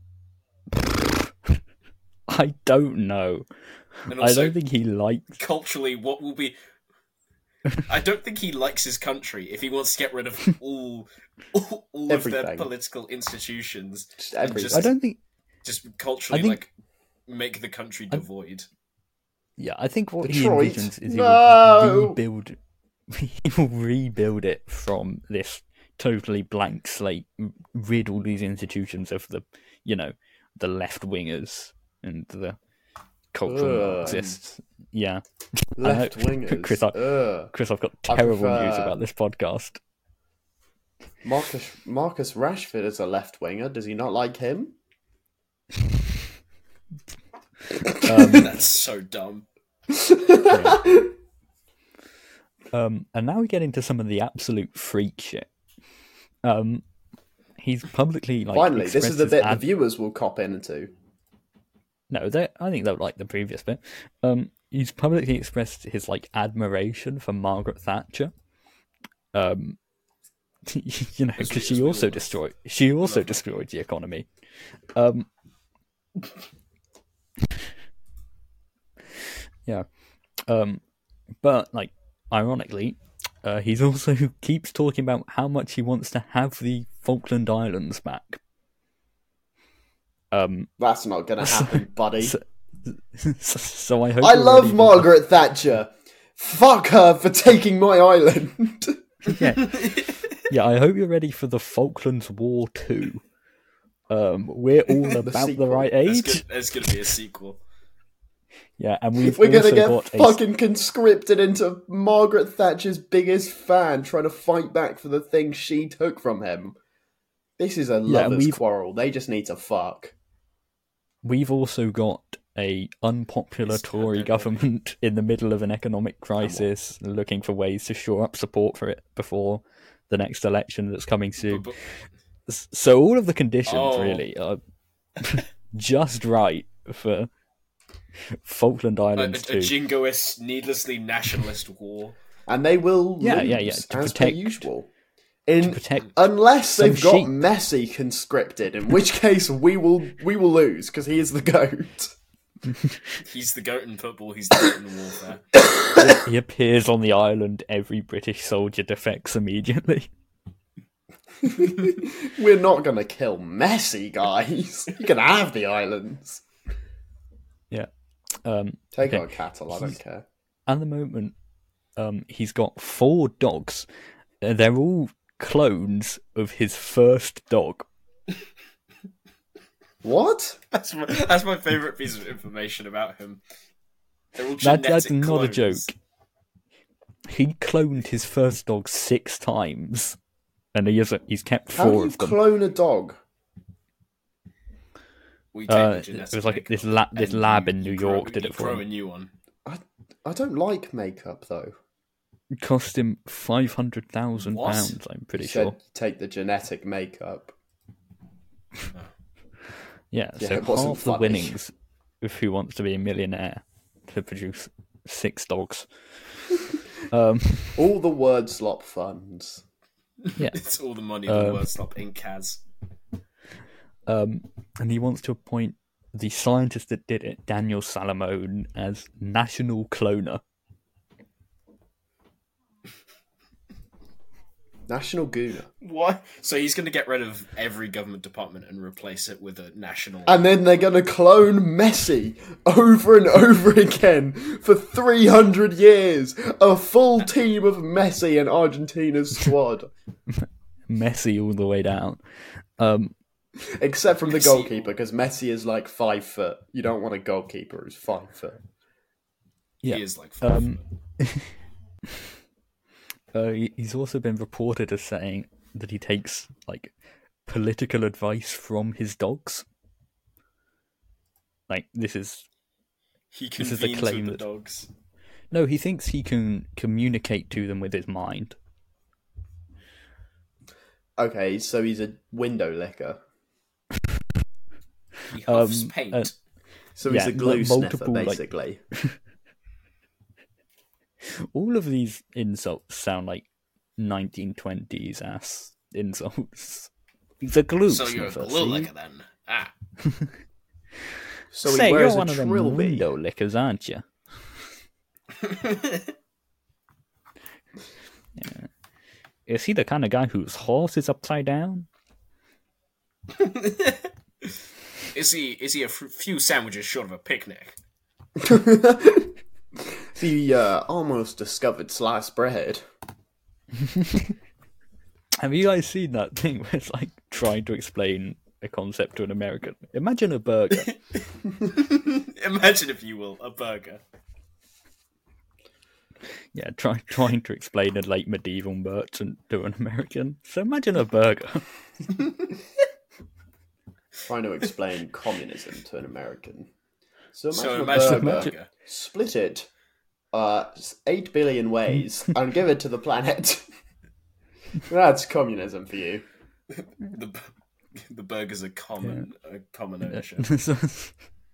I don't know.
and
I
also
don't think he likes.
culturally, what will be? I don't think he likes his country if he wants to get rid of all all, all of their
Everything.
political institutions.
Just everything.
I don't think.
Just culturally,
I think-
like make the country devoid.
Yeah, I think what
Detroit.
he envisions is he
No!
will rebuild. He will rebuild it from this totally blank slate, r- rid all these institutions of the, you know, the left wingers and the cultural
Ugh.
Marxists. Yeah,
Left
I know.
wingers.
Chris, I- Chris, I've got
I
terrible news
prefer-
about this podcast.
Marcus Marcus Rashford is a left winger. Does he not like him?
Um,
That's so dumb.
um, and now we get into some of the absolute freak shit. Um, he's publicly like
Finally, this is
expressed
the
his
bit the
ad-
viewers will cop in into.
No, they I think they'll like the previous bit. Um, he's publicly expressed his like admiration for Margaret Thatcher. Um, you know,
As we-
because
as
she
we
also
all know.
destroyed she also
Love her.
destroyed the economy. Um, yeah, um, but like ironically, uh, he's also keeps talking about how much he wants to have the Falkland Islands back. Um,
That's not going to happen, buddy.
so, so I hope.
I
you're
love
ready for-
Margaret Thatcher. Fuck her for taking my island.
Yeah. yeah, I hope you're ready for the Falklands War Two. Um, we're all about
sequel.
the right
There's
age.
gonna, there's gonna be a sequel.
Yeah, and we've
We're
also
going to get
got a,
fucking conscripted into Margaret Thatcher's biggest fan trying to fight back for the thing she took from him. This is a
and
lovers'
we've-
quarrel. They just need to fuck.
we've also got a unpopular
It's not
Tory
that
government in the middle of an economic crisis, looking for ways to shore up support for it before the next election that's coming soon.
But-
S- so all of the conditions
Oh.
really are just right for Falkland
a, a, a
Islands too.
jingoist, needlessly nationalist war.
And they will
Yeah,
lose,
yeah, yeah, to
as per
protect-
usual. In,
protect
unless
some
they've got
sheep.
Messi conscripted, in which case we will we will lose because he is the goat.
He's the goat in football. He's the goat in warfare.
he appears on the island. Every British soldier defects immediately.
We're not going to kill Messi, guys. You can have the islands.
Um,
Take
Okay.
our cattle. I don't care.
at the moment, um, he's got four dogs. Uh, They're all clones of his first dog.
What?
That's my, that's my favorite piece of information about him. They're all
That,
genetic
that's not a
clones.
joke. He cloned his first dog six times, and he has he's kept
How do
four
you
of them.
clone a dog?
We take
Uh,
the
it
genetic
Uh, was like
makeup
this lab, this
and
lab
you-
in
you
New
grow-
York did
you
it for
grow a
him.
new one.
I, I don't like makeup though.
Cost him five hundred thousand
What?
pounds. I'm pretty
You
sure.
said take the genetic makeup.
Yeah,
Yeah,
so
it wasn't
half the
funny.
winnings of Who Wants to Be a Millionaire to produce six dogs. um,
All the word slop funds.
yeah,
It's all the money that
Um,
Word Stop Inc. has.
um, and he wants to appoint the scientist that did it, Daniel Salamone, as national cloner.
National Gooner.
What? So he's going to get rid of every government department and replace it with a national.
And then they're going to clone Messi over and over again for 300 years. A full team of Messi and Argentina's squad.
Messy all the way down. Um,
Except from the
Messi.
goalkeeper, because Messi is like five foot. You don't want a goalkeeper who's five foot.
yeah.
He is like.
Um, uh, he- he's also been reported as saying that he takes like political advice from his dogs. Like this is
he
is the
convenes
claim
with
that-
the dogs.
no, he thinks he can communicate to them with his mind.
Okay, so he's a window licker.
He huffs
um,
paint.
uh,
So
Yeah,
he's a glue
like
sniffer,
multiple, like-
basically.
All of these insults sound like 1920s ass insults. He's a glue.
so you're a
sniffer,
glue
see?
licker then. Ah.
So
Say,
he
you're
wears a
one of them
trilby.
window lickers, aren't you? Yeah. Is he the kind of guy whose horse is upside down?
Is he is he a f- few sandwiches short of a picnic?
the uh, almost discovered sliced bread.
Have you guys seen that thing where it's like trying to explain a concept to an American? Imagine a burger.
Imagine if you will a burger.
yeah, try, trying to explain a late medieval merchant to an American. So imagine a burger.
Trying to explain communism to an American. So imagine,
So
a
imagine a
burger,
burger.
Split it uh, s- 8 billion ways and give it to the planet. That's communism for you.
The bu- the burgers are common a common ownership.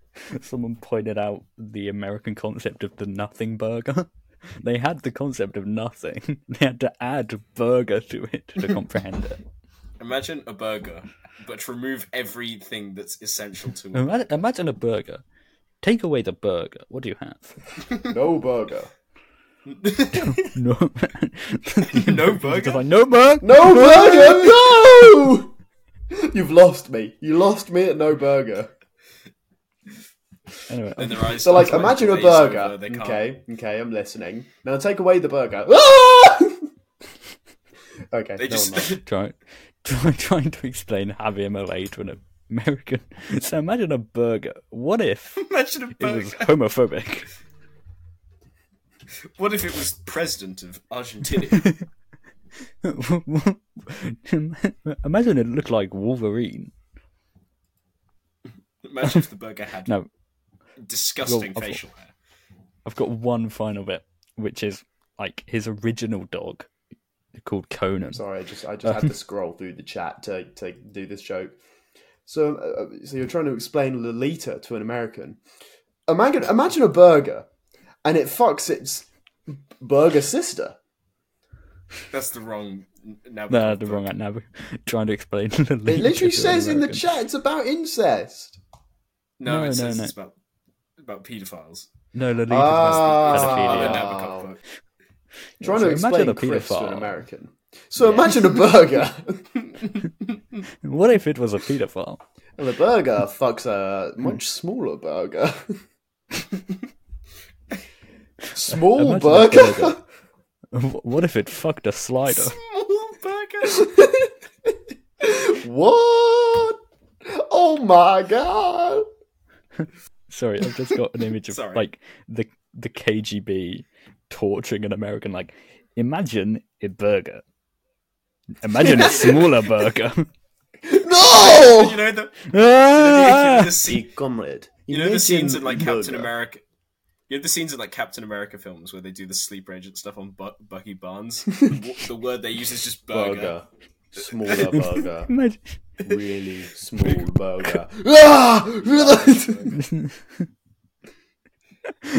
Someone pointed out the American concept of the nothing burger. They had the concept of nothing. They had to add burger to it to comprehend it.
Imagine a burger, but remove everything that's essential to it.
Imagine, imagine a burger. Take away the burger. What do you have?
No burger.
No,
no
It's
burger.
like, no burger.
No burger! No! You've lost me. You lost me at no burger.
Anyway,
Then their eyes
So, like,
start to
imagine a
glaze over,
burger.
they can't-
Okay, okay, I'm listening. Now take away the burger. Ah! okay,
They
never
just
mind.
try, try, trying to explain Javier Malay to an American. So imagine a burger. What if
imagine a
it was
burger.
homophobic?
What if it was president of Argentina?
imagine it looked like Wolverine.
imagine if the burger had
No,
disgusting
Well, of-
facial hair.
I've got one final bit, which is like his original dog called Conan.
Sorry, I just I just had to scroll through the chat to to do this joke. So uh, so you're trying to explain Lolita to an American. Imagine imagine a burger, and it fucks its burger sister.
That's the wrong. n- Now we
No,
can't
the
put-
wrong right now. Trying to explain. The
It literally says in the chat it's about incest.
No,
No,
it
no,
says
no.
it's about about paedophiles.
No, Lolita was the
Ah.
Oh,
pedophilia.
the
Yeah.
Nabokov book.
Trying
So
to
imagine
explain
a
Chris to an
paedophile.
American. So imagine a burger,
What if it was a paedophile?
and the burger fucks a much smaller burger. Small
Imagine a
burger.
burger. Wh- What if it fucked a slider?
Small burger.
What? Oh my god!
Sorry, I've just got an image of
Sorry.
like the the KGB torturing an American. Like, imagine a burger. Imagine a smaller burger.
you
No!
know the, you know
Ah!
the scene.
comrade.
You know the scenes in like Captain America. You have the scenes in like Captain America films where they do the sleeper agent stuff on Bu- Bucky Barnes. the the word they use is just burger.
Burger. Smaller burger.
Imagine.
really small burger. Ah!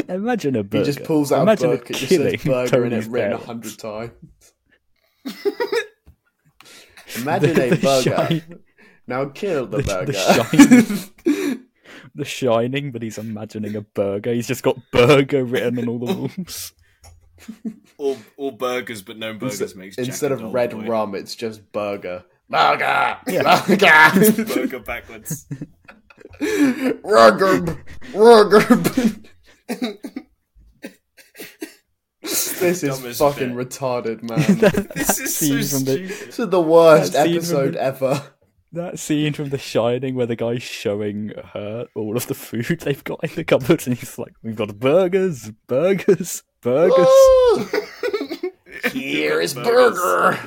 Imagine a burger.
he just pulls out
Imagine
a
a
book, it just says
killing
burger in it
Tony's
written a
parents.
hundred times. Imagine
The-
a
the
burger.
shi-
Now kill the,
the-
burger.
the The Shining, but he's imagining a burger. He's just got burger written on all the walls.
All, all burgers, but no burgers
instead
makes Jack
instead
a
of
dull
red
boy.
rum, it's just burger. Burger! Burger!
Burger backwards.
Ruggerb! Ruggerb! this is
Dumbest
fucking
bit.
retarded, man.
this is so
scene from the-
stupid.
this is the worst
That scene from
episode
the-
ever.
That scene from The Shining where the guy's showing her all of the food they've got in the cupboard, and he's like, "We've got burgers, burgers, burgers."
Here is
Burgers.
burger.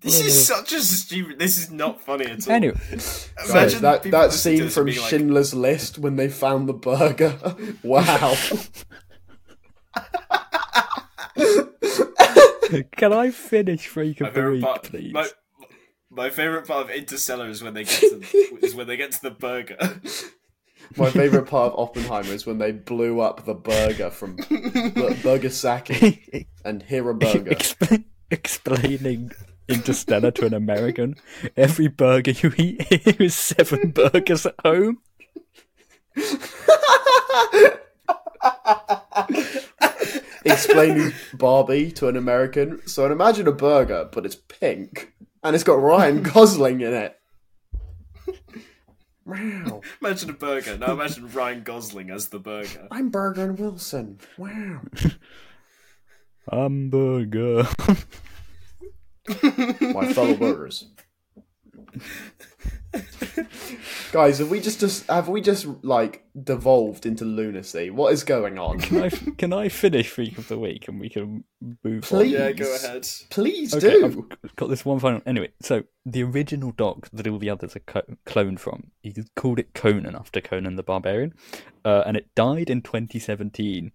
This is such a stupid. This is not funny at all.
Anyway,
Guys,
Imagine
that
people
that
listening to
scene
this
from
being like,
Schindler's List when they found the burger. Wow.
can I finish Freak
My
of the
favorite
Week,
part,
please?
my, my favorite part of Interstellar is when they get to is when they get to the burger.
My favorite part of Oppenheimer is when they blew up the burger from Bu- Burgersaki and Hira Burger.
Expla- explaining Interstellar to an American, every burger you eat here is seven burgers at home.
Explaining Barbie to an American. So I'd imagine a burger, but it's pink and it's got Ryan Gosling in it. Wow.
Imagine a burger. Now imagine Ryan Gosling as the burger.
I'm Burger and Wilson. Wow.
Hamburger.
my fellow burgers. Guys, have we just, just have we just like devolved into lunacy? What is going on?
Can I, can I finish Freak of the Week and we can move
Please.
on?
Yeah, go ahead.
Please
Okay, um,
do.
I've got this one final. Anyway, so the original doc that all the others are co- cloned from, he called it Conan after Conan the Barbarian, uh, and it died in 2017.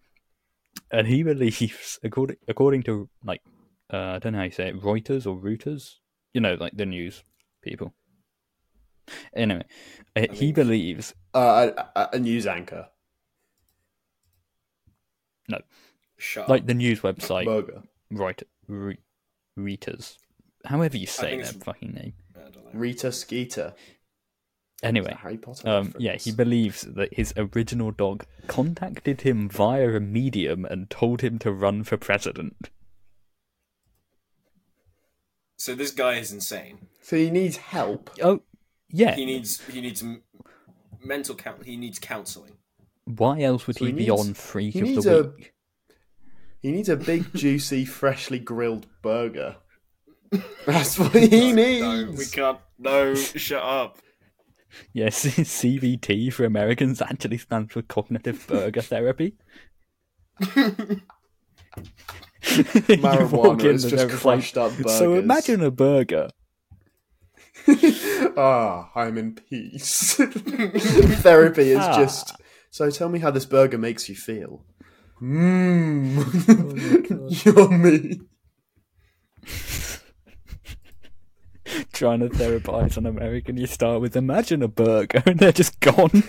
And he believes, according according to like, uh, I don't know how you say it, Reuters or Reuters, you know, like the news people. Anyway, uh, he believes
Uh, a- a, a news anchor
Shut
like
up.
the news website
burger.
Reut- Re- Reuters, however you say
think
their
it's-
fucking name.
I don't know.
Rita Skeeter. Is
Anyway,
that Harry Potter.
Um, yeah, he
reference?
believes that his original dog contacted him via a medium and told him to run for president.
So this guy is insane.
so he needs help.
Oh, yeah.
He needs he needs m- mental coun He needs counselling.
Why else would
So
he,
he
be
needs-
on Freak
he
of
needs
the
a-
Week?
He needs a big, juicy, freshly grilled burger. That's what he
No, we
needs.
can't. No, shut up.
Yes, CBT for Americans actually stands for cognitive burger therapy. You walk
Marijuana
in
is
and
just
everyone's
crushed up
like,
burgers.
So imagine a burger.
Ah, I'm in peace. Therapy is
Ah.
just. So tell me how this burger makes you feel. Mm. Mmm, yummy.
Trying to therapize an American, you start with imagine a burger and they're just gone.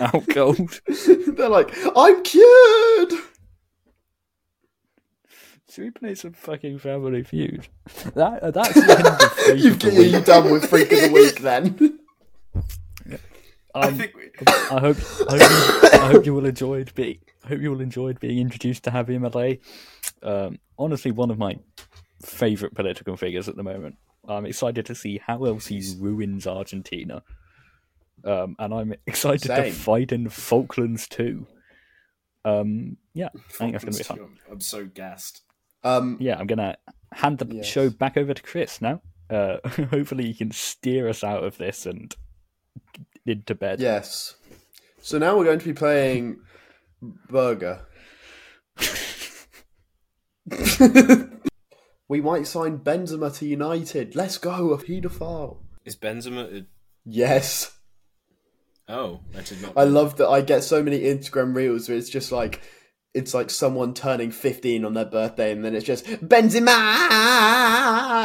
Out cold.
They're like, I'm cured.
Should we play some fucking Family Feud? That uh, that's the end of Freak
You've
of the
are you
Week.
done with freak of the week then?
I
Um,
think we,
I hope I hope, you- I hope you all enjoyed being I hope you all enjoyed being introduced to Javier Malay. Um, honestly, one of my favourite political figures at the moment. I'm excited to see how else he ruins Argentina, um, and I'm excited to
Same.
fight in Falklands too. Um, yeah, I think that's gonna be fun.
I'm so gassed.
Um,
yeah, I'm gonna hand the
Yes.
show back over to Chris now. Uh, hopefully, he can steer us out of this and into bed.
yes. So now we're going to be playing burger. we might sign Benzema to United. Let's go, a paedophile.
Is Benzema?
Yes.
Oh, I did not.
I love that I get so many Instagram reels where it's just like it's like someone turning 15 on their birthday and then it's just Benzema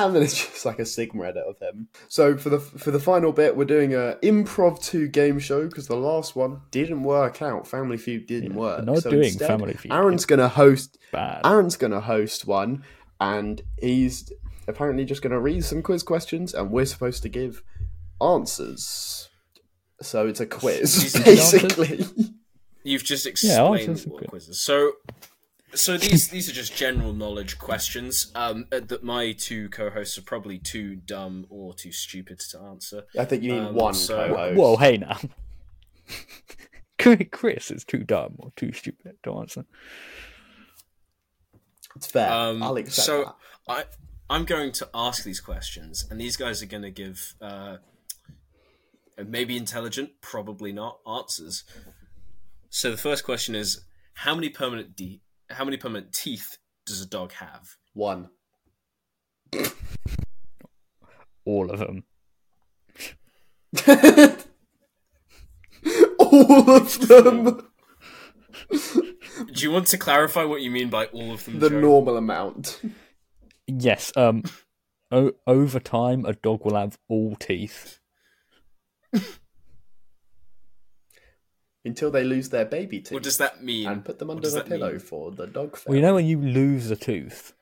and then it's just like a Sigma edit of him. So for the for the final bit we're doing a improv 2 game show because the last one didn't work out. Family Feud didn't work.
we're not
so
doing
instead,
Family Feud.
Aaron's going to host
Bad.
Aaron's going to host one and he's apparently just going to read some quiz questions and we're supposed to give answers. So it's a quiz
Is it
basically.
You've just
Yeah, I'll
explained
answer
what
some
quizzes. So, so these these are just general knowledge questions um, uh, that my two co-hosts are probably too dumb or too stupid to answer.
I think you need
Um,
one
so-
co-host.
Whoa, hey now. Chris is too dumb or too stupid to answer.
It's fair.
Um,
I'll accept
so
that.
I I'm going to ask these questions, and these guys are going to give uh, maybe intelligent, probably not answers. So the first question is: How many permanent de- how many permanent teeth does a dog have?
One.
All of them.
All of them.
Do you want to clarify what you mean by all of them?
The
Joe?
normal amount.
Yes. Um. O- over time, a dog will have all teeth.
Until they lose their baby teeth
What does that mean?
and put them
What
under
does
the
that mean?
pillow for the dog
Well, you
fair.
know when you lose a tooth.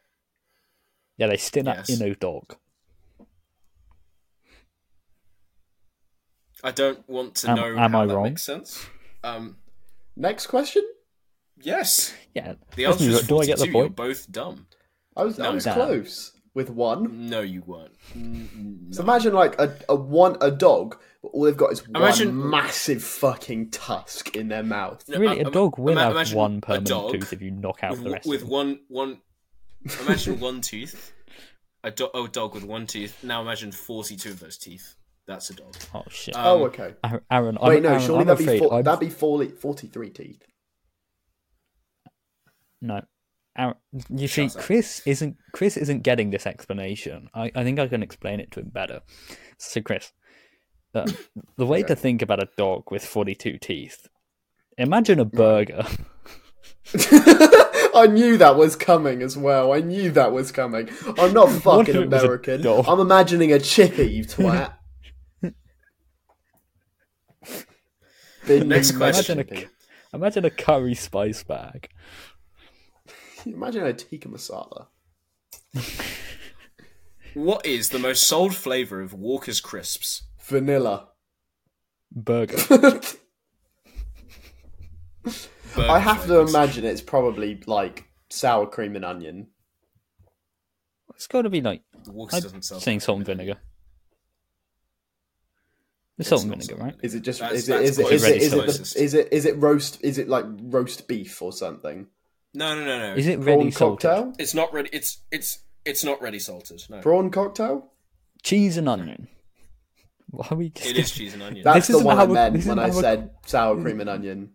Yeah, they stick that
Yes.
in a dog.
I don't want to
Am-
know
am
how
I
that
wrong?
makes sense. Um,
Next question?
yes.
Yeah.
The
let's
answer
move
is
on. Do I get the
42. You're
point?
both dumb.
I was, I
No.
was
Damn.
close with one.
No, you weren't. Mm,
So
no.
imagine like a, a one a dog, but all they've got is
Imagine-
one massive fucking tusk in their mouth.
No,
really,
I-
a dog will
ima-
have
imagine
one
a
permanent
dog
tooth if you knock out
with,
the rest.
with
of them.
one one. Imagine one tooth. A do- oh, dog with one tooth. Now imagine forty-two of those teeth. That's a dog.
Oh shit,
Um,
oh, okay.
Ar- Aaron.
Wait,
I'm,
no,
Aaron,
surely
I'm
that'd, be
afraid
four,
I'm-
that'd be 40, 43 teeth.
No. Aaron, you see,
Shut up.
Chris isn't Chris isn't getting this explanation. I, I think I can explain it to him better. So, Chris, uh, the way to think about a dog with forty-two teeth. Imagine a burger.
I knew that was coming as well. I knew that was coming. I'm not fucking
if it was a
American.
dog?
I'm imagining a chippy, you twat. Big
Next
man
question.
Imagine a
chippy.
Imagine a curry spice bag.
Imagine a tikka masala.
What is the most sold flavor of Walker's crisps?
Vanilla.
Burger.
Burger
I have to
flavors.
imagine it's probably like sour cream and onion.
It's got to be like
Walker's
I'm
doesn't sell.
saying salt and vinegar. It's salt and
not
vinegar,
salt
right?
Is it just
That's-
is it is it
that's
is it is it,
closest.
the, is it is it roast is it like roast beef or something?
No, no, no, no.
Is it
Prawn
ready salted?
cocktail?
It's not ready. It's it's it's not ready salted. No,
Prawn cocktail?
Cheese and onion. Why are we?
it is cheese and onion.
That's the
isn't
one I
how a-
meant
this isn't
when I
how Mm. a-
said sour cream and onion.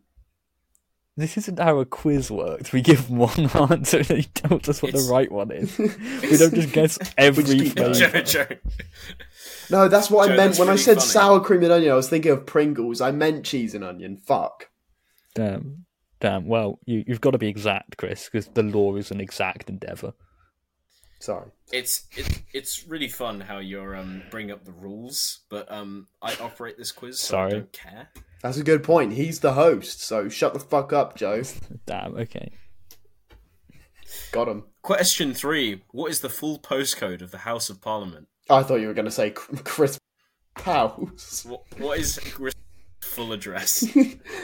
This isn't how a quiz works. We give one answer and he tells us what
It's-
the right one is. we don't just guess every
keep going.
flavour.
Joe, Joe.
No, that's what
Joe,
I meant
that's
when I
really
said
funny.
sour cream and onion. I was thinking of Pringles. I meant cheese and onion. Fuck.
Damn, damn. Well, you, you've got to be exact, Chris, because the law is an exact endeavour.
Sorry.
It's it, it's really fun how you're um bring up the rules, but um I operate this quiz, so
Sorry.
I don't care.
That's a good point. He's the host, so shut the fuck up, Joe.
Damn. Okay.
Got him.
Question three: What is the full postcode of the House of Parliament?
I thought you were going to say cr- crisp house.
What, what is Chris' full address?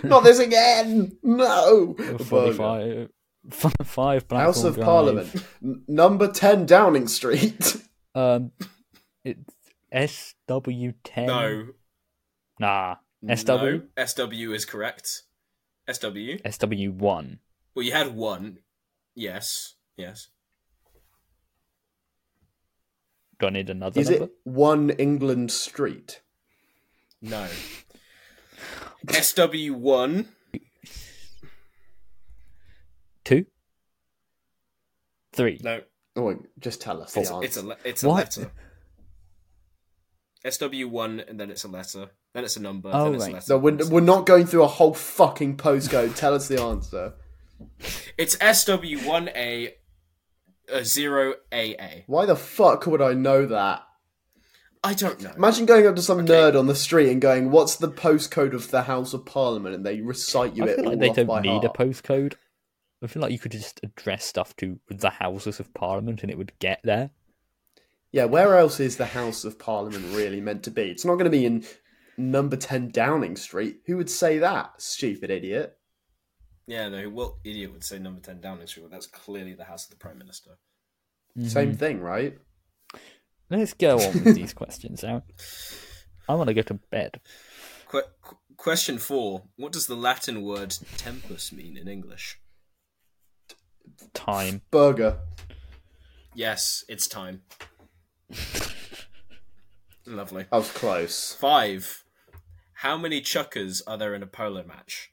Not this again. No. Burger.
Forty-five. Five, five Blackthorn
House of
Drive.
Parliament, N- number ten Downing Street.
Um, it's S W ten.
no,
Nah. SW.
no, SW is correct. SW.
SW one.
Well, you had one. Yes, yes.
Do I need another
Is
number?
it One England Street?
No. SW one.
Two. Three.
No,
Oh, just tell us
it's,
the answer.
it's a le- it's a
What?
letter. SW1, and then it's a letter, then it's a number,
Oh,
then it's
right.
a letter.
No, we're,
then it's-
we're not going through a whole fucking postcode. Tell us the answer.
It's SW1A. A uh, zero AA.
Why the fuck would I know that?
I don't know.
Imagine going up to some nerd on the street and going, "What's the postcode of the House of Parliament?" and they recite you
I
it.
feel
all
like they
off
don't
by
need a
heart.
postcode. I feel like you could just address stuff to the Houses of Parliament and it would get there.
Yeah, where else is the House of Parliament really meant to be? It's not going to be in number 10 Downing Street. Who would say that, stupid idiot?
yeah, no. What idiot would say number ten Downing Street? Well, that's clearly the house of the prime minister.
Same thing, right?
Let's go on with these questions, Aaron. I want to go to bed.
Que- qu- question four: What does the Latin word "tempus" mean in English?
Time.
Burger.
Yes, it's time. Lovely.
I was close.
Five. How many chuckers are there in a polo match?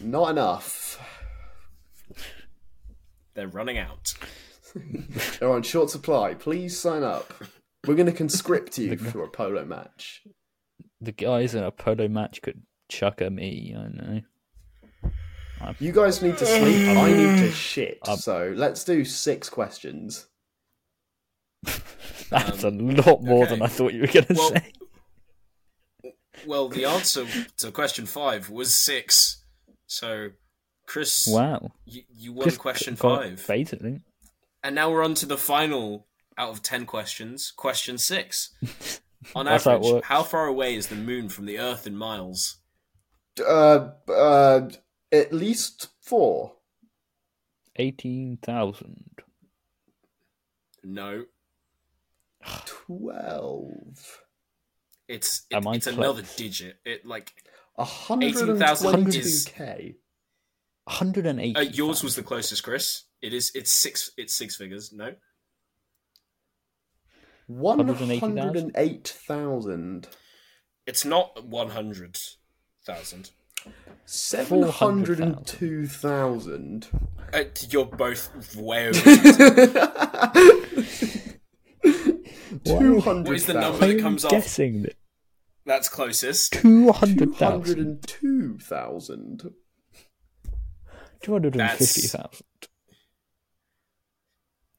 Not enough.
They're running out.
They're on short supply. Please sign up. We're going to conscript you for a polo match.
The guys in a polo match could chuck at me. I know.
You guys need to sleep. I need to shit. So let's do six questions.
That's a lot more than
Um, okay.
I thought you were going to
Well-
say.
Well, the answer to question five was six. So, Chris,
Wow.
you, you won
Just
question
got
five.
Basically.
And now we're on to the final out of ten questions. Question six. On
That's how it
average,
works.
how far away is the moon from the Earth in miles?
Uh, uh, at least four.
18,000.
No,
Twelve.
it's it,
Am I
it's another
close?
digit. It like
A hundred and
18,000
twenty-two
is-
k.
180.
Uh, yours was the closest, Chris. It is. It's six. It's six figures. No,
One
180,000?
hundred and eight thousand.
it's not one hundred thousand.
Seven hundred and two thousand.
Uh, you're both way over.
Two
What
hundred
is the number that
thousand.
comes off?
guessing that
That's closest.
200,000.
202,000.
250,000.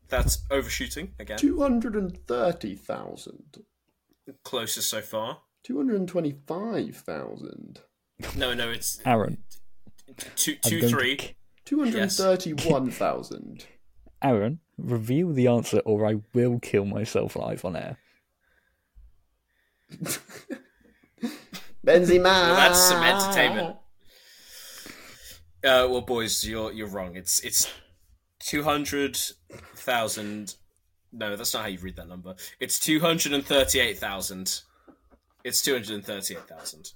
That's overshooting again.
230,000.
Closest so far.
225,000.
No, no, it's
Aaron.
two,
Uh, I'm
two,
going to
three.
k-
231,000.
Aaron, reveal the answer or I will kill myself live on air.
Benzema!
Well, that's some
Ah,
entertainment. Uh, well, boys, you're you're wrong. It's it's two hundred thousand. No, that's not how you read that number. It's two hundred and thirty-eight thousand. It's two hundred and thirty-eight thousand.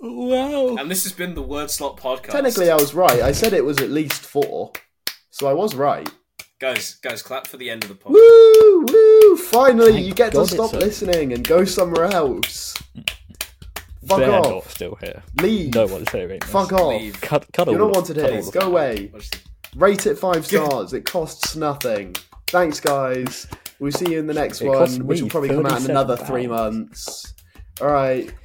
Wow.
And this has been the Word Slot Podcast.
Technically, I was right. I said it was at least four. So I was right.
guys, guys, clap for the end of the podcast.
Woo! Woo! Finally,
Thank
you get
God
to stop
it's a-
listening and go somewhere else. Fuck
They're
off.
not still here.
Leave.
No one's here. ain't there?
Fuck off.
Leave.
Cut, cut
You're
all
not
of-
wanted
cut
here.
all of
Go
that.
away.
Watch the-
Rate it five stars. It costs nothing. Thanks, guys. We'll see you in the next
It costs
one, which will
me
probably come out in another
£37.
three months. All right.